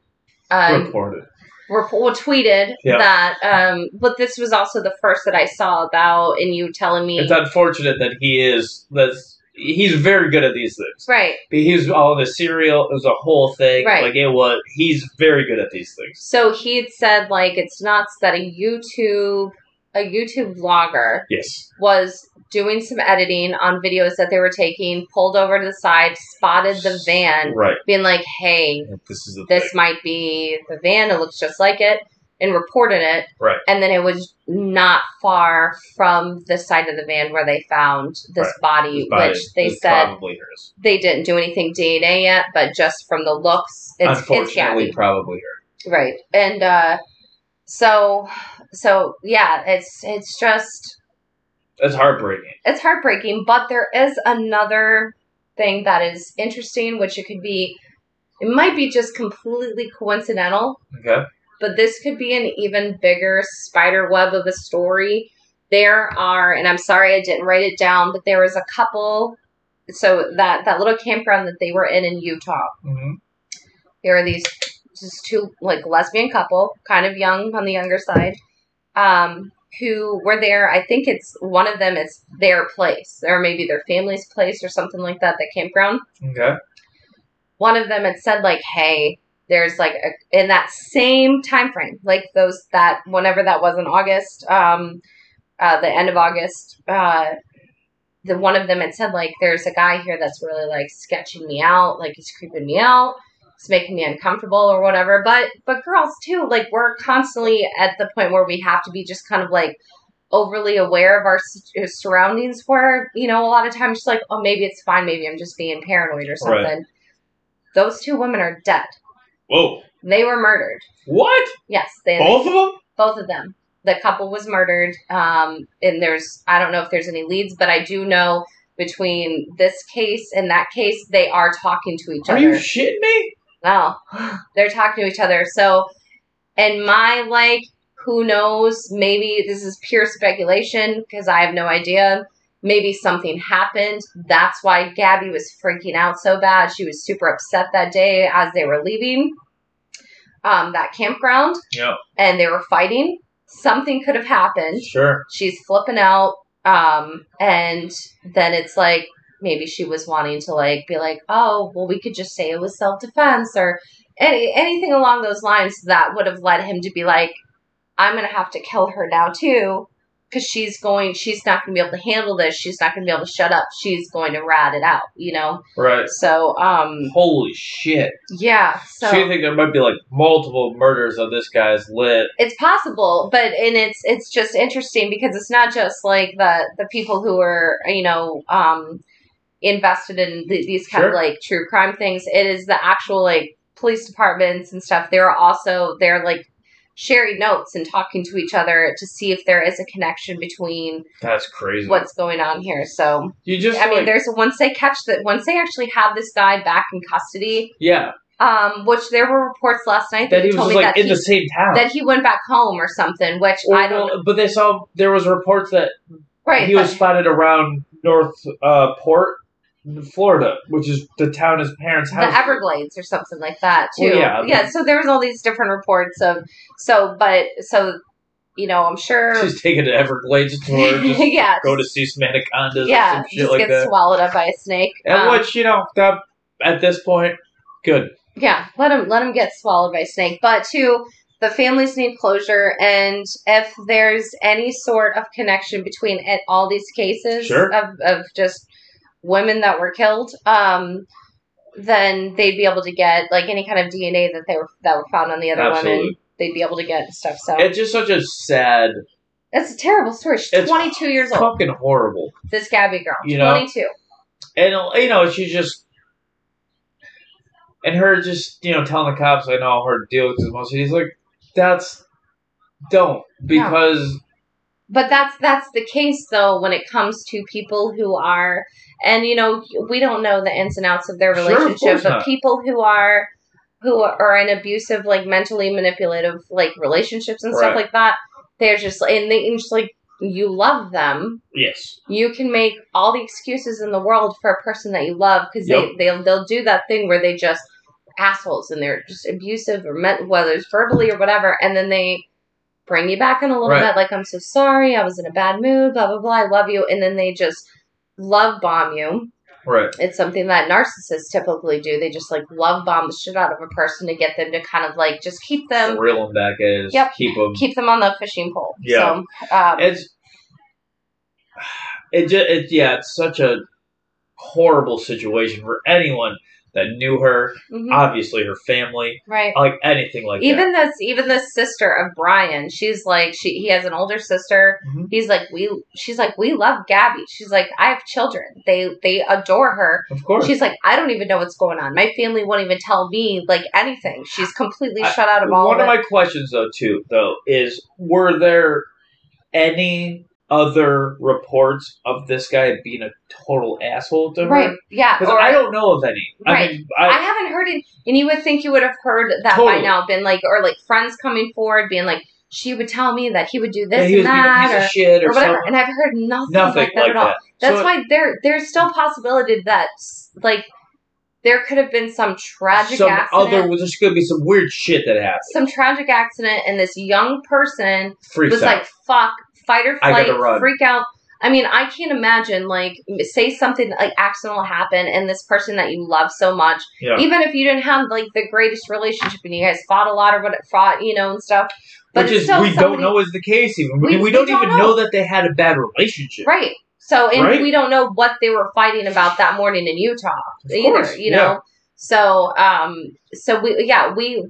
S2: um,
S1: Reported.
S2: rep- well, tweeted
S1: Yeah.
S2: that. Um, but this was also the first that I saw about, and you telling me
S1: It's unfortunate that he is. That's he's very good at these things.
S2: right.
S1: He's all the cereal. It was a whole thing.
S2: Right.
S1: Like it was. He's very good at these things.
S2: So he had said like it's nuts that a YouTube a YouTube vlogger
S1: Yes.
S2: was doing some editing on videos that they were taking, pulled over to the side, spotted the van,
S1: Right.
S2: being like, "Hey,
S1: This is the
S2: this
S1: thing.
S2: might be the van. It looks just like it," and reported it.
S1: Right.
S2: And then it was not far from the side of the van where they found this
S1: Right.
S2: body,
S1: This body
S2: which they
S1: is
S2: said
S1: probably hers.
S2: they didn't do anything DNA yet, but just from the looks, it's it's
S1: Unfortunately,
S2: Gabby.
S1: probably her.
S2: Right. And uh so so yeah, it's it's just
S1: That's heartbreaking.
S2: it's heartbreaking, but there is another thing that is interesting, which it could be it might be just completely coincidental,
S1: Okay.
S2: but this could be an even bigger spider web of a story. There are, and I'm sorry I didn't write it down, but there was a couple. So that that little campground that they were in in Utah,
S1: Mm-hmm.
S2: there are these just two like lesbian couple, kind of young on the younger side, um, who were there. I think it's one of them. It's their place, or maybe their family's place, or something like that. The campground.
S1: Okay.
S2: One of them had said like, "Hey, there's like a, in that same time frame, like those that whenever that was in August, um, uh, the end of August." Uh, the one of them had said like there's a guy here that's really like sketching me out like he's creeping me out it's making me uncomfortable or whatever but but girls too like we're constantly at the point where we have to be just kind of like overly aware of our s- uh, surroundings where you know a lot of times just like oh maybe it's fine maybe i'm just being paranoid or something
S1: Right.
S2: those two women are dead
S1: Whoa.
S2: they were murdered
S1: What?
S2: yes they
S1: Both of them?
S2: both of them. The couple was murdered. Um, and there's, I don't know if there's any leads, but I do know between this case and that case, they are talking to each
S1: Are
S2: other.
S1: you shitting me?
S2: no, they're talking to each other. So, and my like, who knows? Maybe this is pure speculation because I have no idea. Maybe something happened. That's why Gabby was freaking out so bad. She was super upset that day as they were leaving um, that campground
S1: Yeah.
S2: and they were fighting. Something could have happened.
S1: Sure.
S2: She's flipping out. Um, and then it's like maybe she was wanting to like be like, oh, well, we could just say it was self defense or any anything along those lines that would have led him to be like, I'm gonna have to kill her now too, because she's going, she's not gonna be able to handle this. She's not gonna be able to shut up. She's going to rat it out, you know.
S1: Right.
S2: So, um,
S1: Holy shit.
S2: yeah. So
S1: So, you think there might be like multiple murders of this guy's lit?
S2: it's possible but and it's it's just interesting because it's not just like the the people who are you know um invested in th- these kind of
S1: Sure.
S2: like true crime things it is the actual like police departments and stuff they're also they're like sharing notes and talking to each other to see if there is a connection between
S1: That's crazy.
S2: what's going on here so
S1: You just
S2: i mean
S1: like,
S2: there's once they catch that once they actually have this guy back in custody
S1: yeah,
S2: um which there were reports last night that,
S1: that he was
S2: told
S1: just,
S2: me
S1: like
S2: that
S1: in
S2: he
S1: the same town.
S2: that he went back home or something, which
S1: Or,
S2: I don't know.
S1: well, But they saw there was reports that
S2: Right.
S1: he was
S2: but-
S1: spotted around North uh, Port, Florida, which is the town his parents' house.
S2: the Everglades or something like that too.
S1: Well, yeah,
S2: So there was all these different reports of so, but so you know, I'm sure.
S1: She's taking an Everglades tour. Just
S2: yeah.
S1: go to see some anacondas or
S2: yeah.
S1: some shit
S2: Just
S1: like
S2: gets
S1: that.
S2: swallowed up by a snake.
S1: And
S2: Um,
S1: which you know, that, at this point, good.
S2: Yeah, let him let him get swallowed by a snake. But two, the families need closure, and if there's any sort of connection between it, all these cases
S1: Sure.
S2: of of just women that were killed, um, then they'd be able to get like any kind of DNA that they were that were found on the other women.
S1: Absolutely.
S2: They'd be able to get and stuff. So
S1: It's just such a sad,
S2: that's a terrible story. She's
S1: it's
S2: 22 years old.
S1: fucking horrible.
S2: This Gabby girl,
S1: You know?
S2: 22.
S1: And you know, she's just and her just you know telling the cops, I know her deal with his mom. He's like, that's don't because
S2: but that's that's the case though when it comes to people who are and you know we don't know the ins and outs of their
S1: Sure, of
S2: relationship
S1: course
S2: but
S1: not.
S2: people who are who are in abusive like mentally manipulative like relationships and stuff
S1: Right.
S2: like that they're just and they and just like you love them,
S1: Yes.
S2: you can make all the excuses in the world for a person that you love because
S1: Yep.
S2: they, they'll, they'll do that thing where they just assholes and they're just abusive or meant, whether it's verbally or whatever, and then they bring you back in a little
S1: Right.
S2: bit like, I'm so sorry, I was in a bad mood, blah, blah, blah, I love you. And then they just love bomb you.
S1: Right.
S2: It's something that narcissists typically do. They just like love bomb the shit out of a person to get them to kind of like just keep them
S1: Reel them back in.
S2: Um, Yep.
S1: Keep them.
S2: keep them on the fishing pole.
S1: Yeah.
S2: So, um,
S1: It's. It just. It, yeah. It's such a horrible situation for anyone that knew her.
S2: mhm,
S1: Obviously, her family.
S2: right.
S1: Like anything like
S2: Even this, even the sister of Brian, she's like, she he has an older sister.
S1: that. Mhm.
S2: He's like, we, she's like, we love Gabby. She's like, I have children. They they adore her.
S1: Of course.
S2: She's like, I don't even know what's going on. My family won't even tell me like anything. She's completely
S1: I-
S2: shut out of all
S1: One
S2: of
S1: of
S2: it.
S1: my questions, though, too, though, is were there any other reports of this guy being a total asshole to her?
S2: right? Yeah.
S1: Because
S2: Or
S1: I don't know of any. I
S2: Right.
S1: mean,
S2: I
S1: I,
S2: haven't heard it, and you would think you would have heard that by
S1: Totally.
S2: now. Been like, or like friends coming forward, being like, she would tell me that he would do
S1: yeah,
S2: this
S1: he was
S2: and
S1: being a
S2: that,
S1: piece
S2: or
S1: of shit or,
S2: or whatever.
S1: something.
S2: And I've heard nothing,
S1: Nothing
S2: like that at all. That's
S1: So, Mm-hmm.
S2: why there there's still possibility that like there could have been some tragic
S1: some
S2: accident,
S1: other, there's going to be some weird shit that happened.
S2: some tragic accident, and this young person
S1: Freaks
S2: was
S1: out.
S2: like, "Fuck, fight or
S1: I gotta
S2: flight,
S1: run.
S2: freak out." I mean, I can't imagine like say something like accidental happen, and this person that you love so much,
S1: yeah.
S2: even if you didn't have like the greatest relationship and you guys fought a lot or what fought, you know, and stuff. But
S1: Which
S2: it's
S1: is,
S2: still
S1: we
S2: somebody-
S1: don't know is the case even.
S2: We-
S1: We,
S2: we
S1: don't
S2: don't
S1: even
S2: know.
S1: know that they had a bad relationship.
S2: Right. So, and
S1: Right?
S2: we don't know what they were fighting about that morning in Utah
S1: Of
S2: either,
S1: course,
S2: you
S1: yeah.
S2: know. So, um, so we, yeah, we,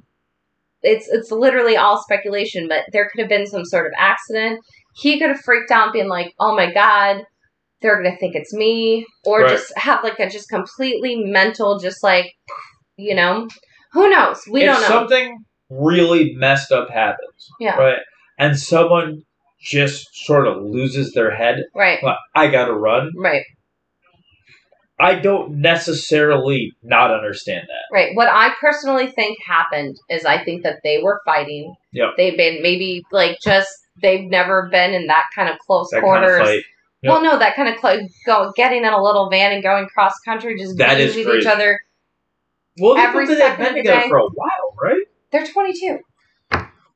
S2: it's it's literally all speculation, but there could have been some sort of accident. He could have freaked out, being like, "Oh my god, they're gonna think it's me," or
S1: Right.
S2: just have like a just completely mental, just like, you know, who knows? We
S1: if
S2: don't know.
S1: something really messed up happens,
S2: Yeah.
S1: right, and someone just sort of loses their head,
S2: right.
S1: like, I gotta run.
S2: Right.
S1: I don't necessarily not understand that.
S2: Right. What I personally think happened is I think that they were fighting.
S1: Yep.
S2: They've been maybe like just they've never been in that kind of close
S1: That
S2: quarters.
S1: kind of fight. Yep.
S2: Well, no, that kind of clo go getting in a little van and going cross country, just
S1: That
S2: being
S1: is
S2: with each
S1: crazy.
S2: other.
S1: Well, they-
S2: every
S1: but they've
S2: second of
S1: been
S2: the
S1: together
S2: day.
S1: for a while, right?
S2: They're 22.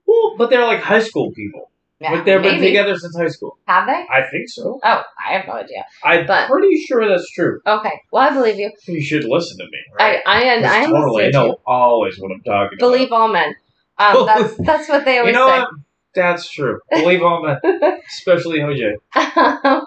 S1: Well, but they're like high school people.
S2: Yeah,
S1: like they've been
S2: maybe.
S1: together since high school.
S2: Have they?
S1: I think so.
S2: Oh, I have no idea.
S1: I'm
S2: But-
S1: pretty sure that's true.
S2: Okay, well, I believe you.
S1: You should listen to me.
S2: I
S1: Right?
S2: I and I
S1: Because totally
S2: listen to you.
S1: know always what I'm talking
S2: believe all men. Um, that's that's what they
S1: about. You
S2: always
S1: know
S2: say.
S1: what? That's true. Believe all men, especially OJ.
S2: Um,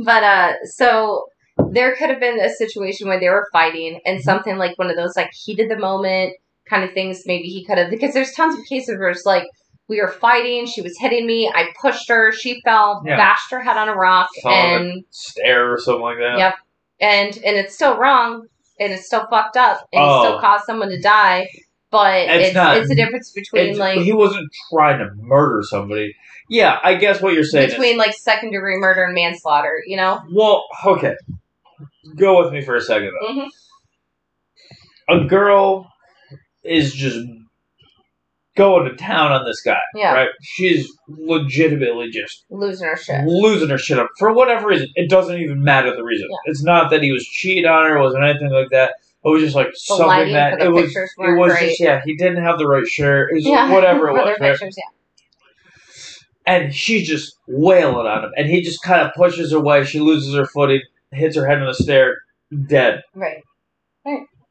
S2: but uh so there could have been a situation where they were fighting and something like one of those like heated the moment kind of things maybe he could have because there's tons of cases where it's like we were fighting she was hitting me i pushed her she fell
S1: Yeah.
S2: bashed her head on a rock
S1: Fell on the-
S2: and
S1: Stare or something like that.
S2: Yep. and and it's still wrong and it's still fucked up and it still
S1: Oh.
S2: caused someone to die but
S1: It's
S2: it's
S1: not-
S2: it's a difference between
S1: It's-
S2: like
S1: he wasn't trying to murder somebody. Yeah, I guess what you're saying is
S2: between like second degree murder and manslaughter you know
S1: Well, okay. Go with me for a second, though.
S2: Mhm. Mm-hmm.
S1: A girl is just going to town on this guy,
S2: yeah
S1: right? She's legitimately just
S2: losing her shit
S1: losing her shit up for whatever reason. It doesn't even matter the reason.
S2: Yeah.
S1: It's not that he was cheating on her, it wasn't anything like that. It was just like something
S2: lighting
S1: that
S2: for the
S1: it was.
S2: pictures
S1: It
S2: weren't
S1: was
S2: great.
S1: just yeah. He didn't have the right shirt. It was whatever it
S2: for their
S1: was, right?
S2: pictures, yeah.
S1: and she's just wailing on him, and he just kind of pushes her away. She loses her footing, hits her head on the stair, dead.
S2: Right.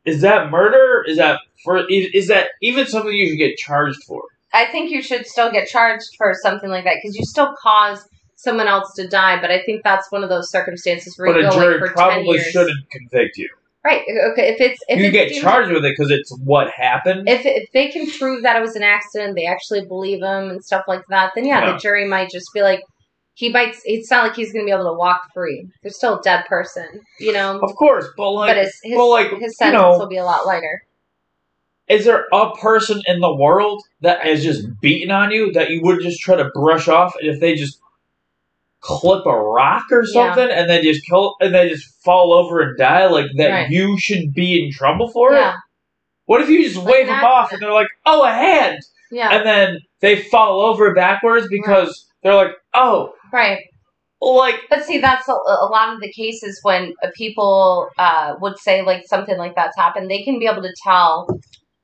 S1: Is that murder? Is that for? Is, is that even something you should get charged for?
S2: I think you should still get charged for something like that because you still caused someone else to die. But I think that's one of those circumstances where
S1: But
S2: you
S1: a
S2: go
S1: jury
S2: like for ten
S1: probably
S2: years.
S1: shouldn't convict you.
S2: Right. Okay. If it's if
S1: you
S2: it's
S1: get
S2: deemed-
S1: charged with it because it's what happened.
S2: If, if they can prove that it was an accident, they actually believe him and stuff like that, then yeah,
S1: Yeah.
S2: the jury might just be like, he might. It's not like he's going to be able to walk free. They're still a dead person, you know.
S1: of course, but like,
S2: but his his,
S1: well, like, you
S2: his sentence
S1: know-
S2: will be a lot lighter.
S1: is there a person in the world that is just beating on you that you would just try to brush off if they just clip a rock or
S2: Yeah.
S1: something and then just kill and then just fall over and die like that
S2: Right.
S1: you should be in trouble for
S2: yeah.
S1: it what if you just
S2: Like
S1: wave
S2: an
S1: them off and they're like oh a hand
S2: Yeah.
S1: and then they fall over backwards because They're like, oh,
S2: Right.
S1: like
S2: But see, that's a, a lot of the cases when people uh, would say like something like that's happened. They can be able to tell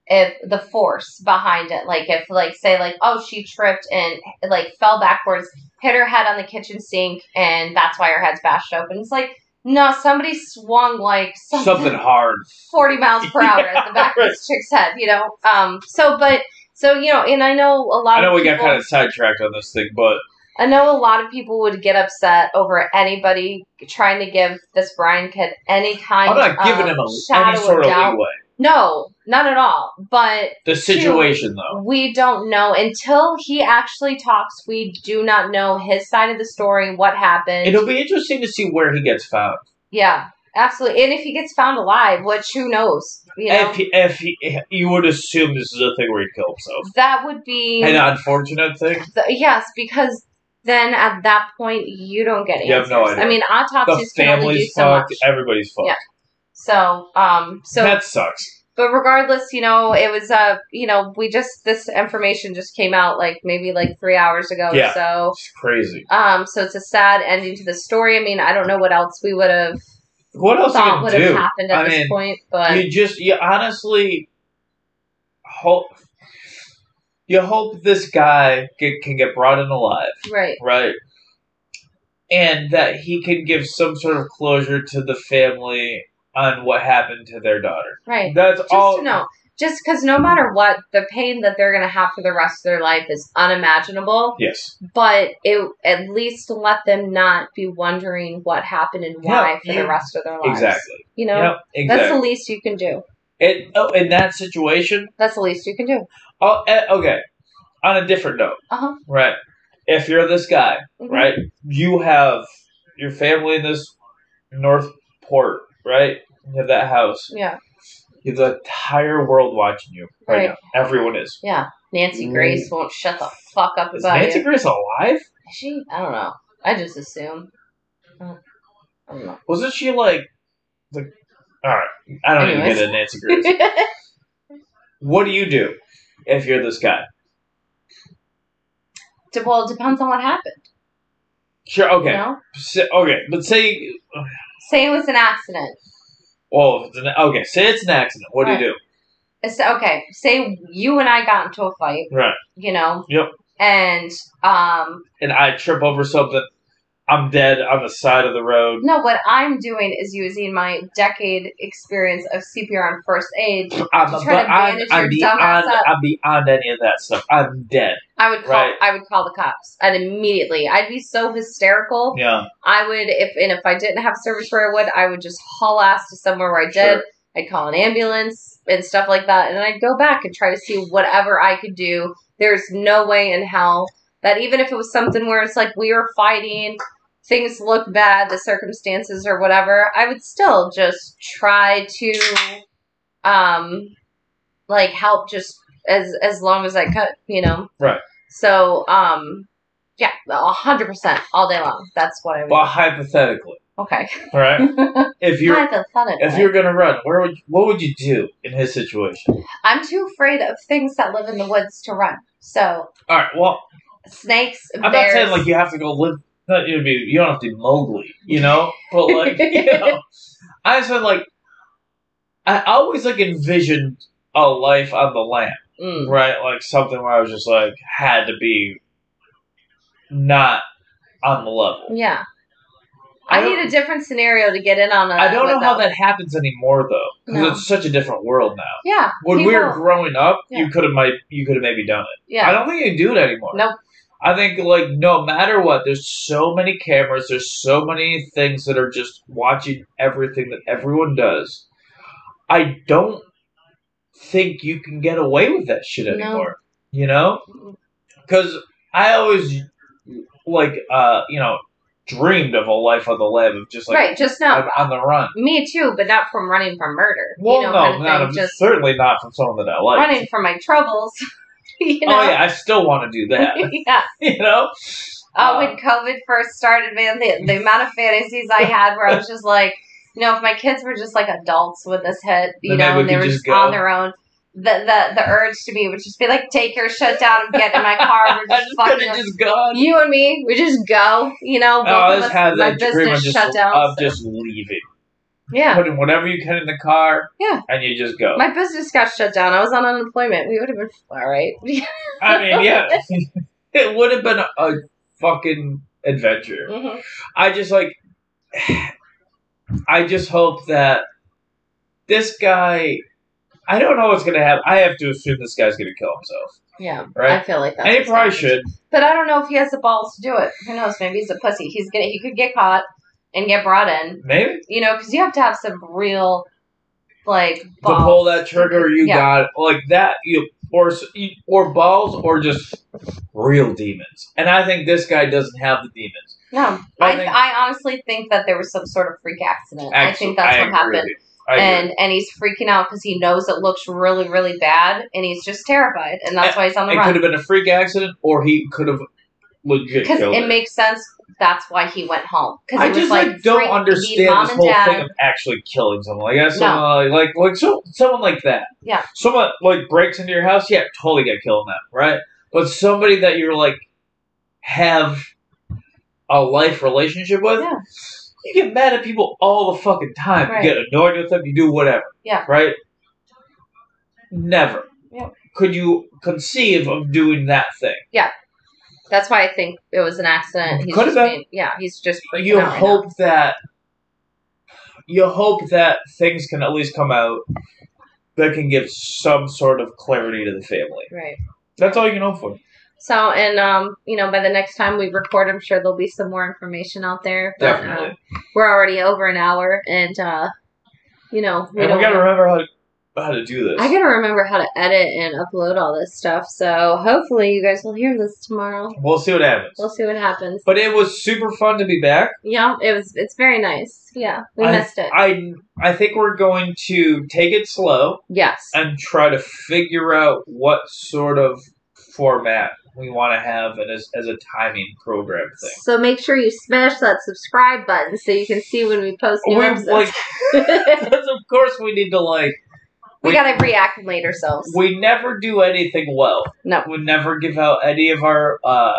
S2: if the force behind it, like if like say like oh she tripped and like fell backwards, hit her head on the kitchen sink, and that's why her head's bashed open. It's like no, somebody swung like
S1: something hard.
S2: 40 miles per hour at the back of this chick's head, you know? Um, so, but, so, you know, and I know a lot
S1: I know
S2: of
S1: we
S2: people,
S1: got kind of sidetracked on this thing, but
S2: I know a lot of people would get upset over anybody trying to give this Brian kid any kind
S1: I'm not giving
S2: of
S1: him a,
S2: um, shadow
S1: any sort of
S2: doubt.
S1: leeway.
S2: No, not at all. But
S1: The situation, though.
S2: we don't know until he actually talks. We do not know his side of the story, what happened.
S1: It'll be interesting to see where he gets found.
S2: yeah, absolutely. And if he gets found alive, which who knows? You know,
S1: If, he- if he, you would assume this is a thing where he'd kill himself.
S2: that would be
S1: An unfortunate thing.
S2: Th yes, because then at that point you don't get answers.
S1: You have no idea.
S2: I mean,
S1: The
S2: autopsies can only do
S1: family's
S2: so
S1: fucked.
S2: much.
S1: everybody's fucked.
S2: Yeah. So, um, so
S1: that sucks.
S2: but regardless, you know, it was uh, you know, we just this information just came out like maybe like three hours ago
S1: Yeah.
S2: or so.
S1: It's crazy.
S2: Um, so it's a sad ending to the story. I mean, I don't know what else we would have
S1: What else
S2: thought
S1: you
S2: would
S1: can
S2: have
S1: do?
S2: happened at
S1: I
S2: this
S1: mean,
S2: point, but
S1: you just you honestly hope you hope this guy get, can get brought in alive,
S2: right,
S1: right? And that he can give some sort of closure to the family on what happened to their daughter.
S2: right.
S1: That's
S2: Just
S1: all.
S2: to know, just because no matter what, the pain that they're gonna have for the rest of their life is unimaginable.
S1: Yes.
S2: but it at least let them not be wondering what happened and why
S1: Yeah,
S2: for the
S1: yeah.
S2: rest of their lives.
S1: Exactly.
S2: You know,
S1: Yep.
S2: that's the
S1: Exactly.
S2: least you can do.
S1: It, oh, in that situation.
S2: That's the least you can do.
S1: Oh, eh, okay. On a different note,
S2: Uh huh.
S1: right? If you're this guy,
S2: Mm-hmm.
S1: right? You have your family in this Northport, right? You have that house.
S2: Yeah.
S1: You have the entire world watching you right,
S2: Right.
S1: now. Everyone is.
S2: Yeah. Nancy
S1: Mm.
S2: Grace won't shut the fuck up
S1: Is
S2: about
S1: Nancy
S2: it.
S1: Grace alive?
S2: Is she? I don't know. I just assume. I don't- I don't know.
S1: Wasn't she like the? All right, I don't even
S2: Anyways.
S1: get a Nancy Grace. what do you do if you're this guy?
S2: De- well, it depends on what happened.
S1: Sure.
S2: You
S1: Okay.
S2: know?
S1: Say- okay, but say,
S2: Say it was an accident.
S1: well, if it's an, okay. Say it's an accident. What do you
S2: It's- okay. Say you and I got into a fight.
S1: do? Right.
S2: You know.
S1: Yep.
S2: And um,
S1: And I trip over something. I'm dead on the side of the road.
S2: No, what I'm doing is using my decade experience of CPR and first aid.
S1: I'm,
S2: Just
S1: but
S2: try to
S1: I'm,
S2: bandage
S1: I'm
S2: your dumb ass
S1: beyond.
S2: up.
S1: I'm beyond any of that stuff. I'm dead.
S2: I would call
S1: Right.
S2: I would call the cops and immediately. I'd be so hysterical.
S1: Yeah.
S2: I would if and if I didn't have service where I would, I would just haul ass to somewhere where I did.
S1: Sure.
S2: I'd call an ambulance and stuff like that and I'd go back and try to see whatever I could do. There's no way in hell that even if it was something where it's like we were fighting, things look bad, the circumstances or whatever, I would still just try to um like help just as as long as I could, you know.
S1: Right.
S2: So, um yeah, a hundred percent all day long. That's what I would
S1: Well, hypothetically,
S2: Okay.
S1: right? if you're
S2: Hypothetically.
S1: if you're gonna run, where would what would you do in his situation?
S2: I'm too afraid of things that live in the woods to run. So
S1: All right. Well,
S2: snakes,
S1: I'm
S2: bears.
S1: not saying like you have to go live. Not you be. You don't have to be Mowgli, you know. But like, you know, I just meant like, I always like envisioned a life on the land,
S2: Mm,
S1: right? Like something where I was just like had to be not on the level.
S2: yeah. I,
S1: don't-
S2: need a different scenario to get in on. A,
S1: I don't know
S2: with
S1: how that happens anymore though, because
S2: No.
S1: it's such a different world now.
S2: Yeah.
S1: When we were
S2: people-
S1: growing up,
S2: Yeah.
S1: you could have might you could have maybe done it. I
S2: yeah.
S1: don't think you can do it anymore.
S2: Nope.
S1: I think like no matter what, there's so many cameras, there's so many things that are just watching everything that everyone does. I don't think you can get away with that shit
S2: No.
S1: anymore. You know?
S2: Mm.
S1: Cuz I always like uh, you know, dreamed of a life on the land of just like
S2: right. Just now.
S1: on, on the run.
S2: Me too, but not from running from murder.
S1: Well,
S2: you know,
S1: no,
S2: kind of
S1: not
S2: thing.
S1: a-
S2: just
S1: certainly not from someone that I like.
S2: running from my troubles. you know.
S1: Oh yeah, I still want to do that.
S2: yeah.
S1: you know? Um,
S2: Oh, when COVID first started, man, the, the amount of fantasies I had where I was just like, you know, if my kids were just like adults when this hit, you
S1: Then
S2: know,
S1: maybe
S2: and
S1: we
S2: they
S1: could
S2: were
S1: just
S2: just on
S1: go.
S2: their own, the, the the urge to be would just be like, take your shut down and get in my car. We're
S1: I
S2: just
S1: just could
S2: fucking.
S1: have just gone.
S2: you and me, we just go. You know,
S1: I
S2: both of
S1: always
S2: us,
S1: had
S2: my
S1: that dream of
S2: business
S1: just,
S2: shut down.
S1: of
S2: so-
S1: just leaving.
S2: yeah,
S1: Putting whatever you can in the car,
S2: Yeah.
S1: and you just go.
S2: my business got shut down. I was on unemployment. We would have been all right.
S1: I mean, yeah, it would have been a, a fucking adventure.
S2: Mhm.
S1: I just like, I just hope that this guy. I don't know what's gonna happen. I have to assume this guy's gonna kill himself,
S2: Yeah,
S1: right?
S2: I feel like that.
S1: and he probably should.
S2: But I don't know if he has the balls to do it. Who knows? Maybe he's a pussy. He's gonna. He could get caught and get brought in.
S1: Maybe
S2: You know, because you have to have some real, like, balls.
S1: to pull that trigger, you
S2: Yeah.
S1: got like that. You or s- you- or balls or just real demons. And I think this guy doesn't have the demons.
S2: No,
S1: I
S2: I,
S1: think-
S2: I honestly think that there was some sort of freak accident. I think that's
S1: Actually,
S2: what
S1: agree with
S2: happened.
S1: you. I agree.
S2: and and he's freaking out because he knows it looks really really bad, and he's just terrified, and that's why he's on the
S1: It could
S2: run.
S1: have been a freak accident, or he could have legit
S2: Because
S1: killed
S2: it
S1: her.
S2: makes sense. That's why he went home. Because
S1: I just like, don't understand this whole thing of actually killing someone. Like I said,
S2: No.
S1: uh, like like so, someone like that.
S2: Yeah.
S1: Someone like breaks into your house. Yeah, totally get killed in that, right? But somebody that you're like have a life relationship with.
S2: Yeah.
S1: You get mad at people all the fucking time.
S2: Right.
S1: You get annoyed with them. You do whatever.
S2: Yeah.
S1: Right. Never.
S2: Yeah.
S1: Could you conceive of doing that thing?
S2: That's why I think it was an accident. He's
S1: Could
S2: just
S1: have been.
S2: being- yeah, he's just freaking
S1: you
S2: out right
S1: hope that you hope that things can at least come out that can give some sort of clarity to the family.
S2: now. right.
S1: That's all you can hope for.
S2: So and um, you know, by the next time we record, I'm sure there'll be some more information out there. But,
S1: Definitely.
S2: um, we're already over an hour, and uh, you know, we
S1: and
S2: don't.
S1: we gotta remember how to, how to do this.
S2: I gotta remember how to edit and upload all this stuff. So hopefully, you guys will hear this tomorrow.
S1: we'll see what happens.
S2: We'll see what happens.
S1: But it was super fun to be back.
S2: Yeah, it was. It's very nice. Yeah, we
S1: I-
S2: missed it.
S1: I I think we're going to take it slow
S2: yes.
S1: and try to figure out what sort of format we want to have and as, as a timing program thing.
S2: So make sure you smash that subscribe button so you can see when we post new
S1: We,
S2: episodes.
S1: like, because of course we need to like
S2: we
S1: we-
S2: gotta reacclimate ourselves.
S1: We never do anything well.
S2: No.
S1: We never give out any of our uh,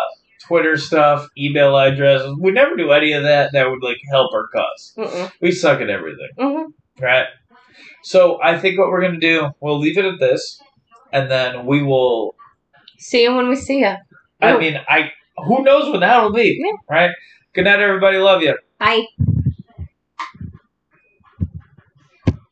S1: Twitter stuff, email addresses. We never do any of that that would like help our cause.
S2: Mm-mm.
S1: We suck at everything,
S2: Mhm.
S1: right? So I think what we're gonna do, we'll leave it at this, and then we will.
S2: See you when we see you.
S1: I mean, I who knows when that'll be,
S2: Yeah.
S1: right? Good night, everybody. Love you.
S2: Bye.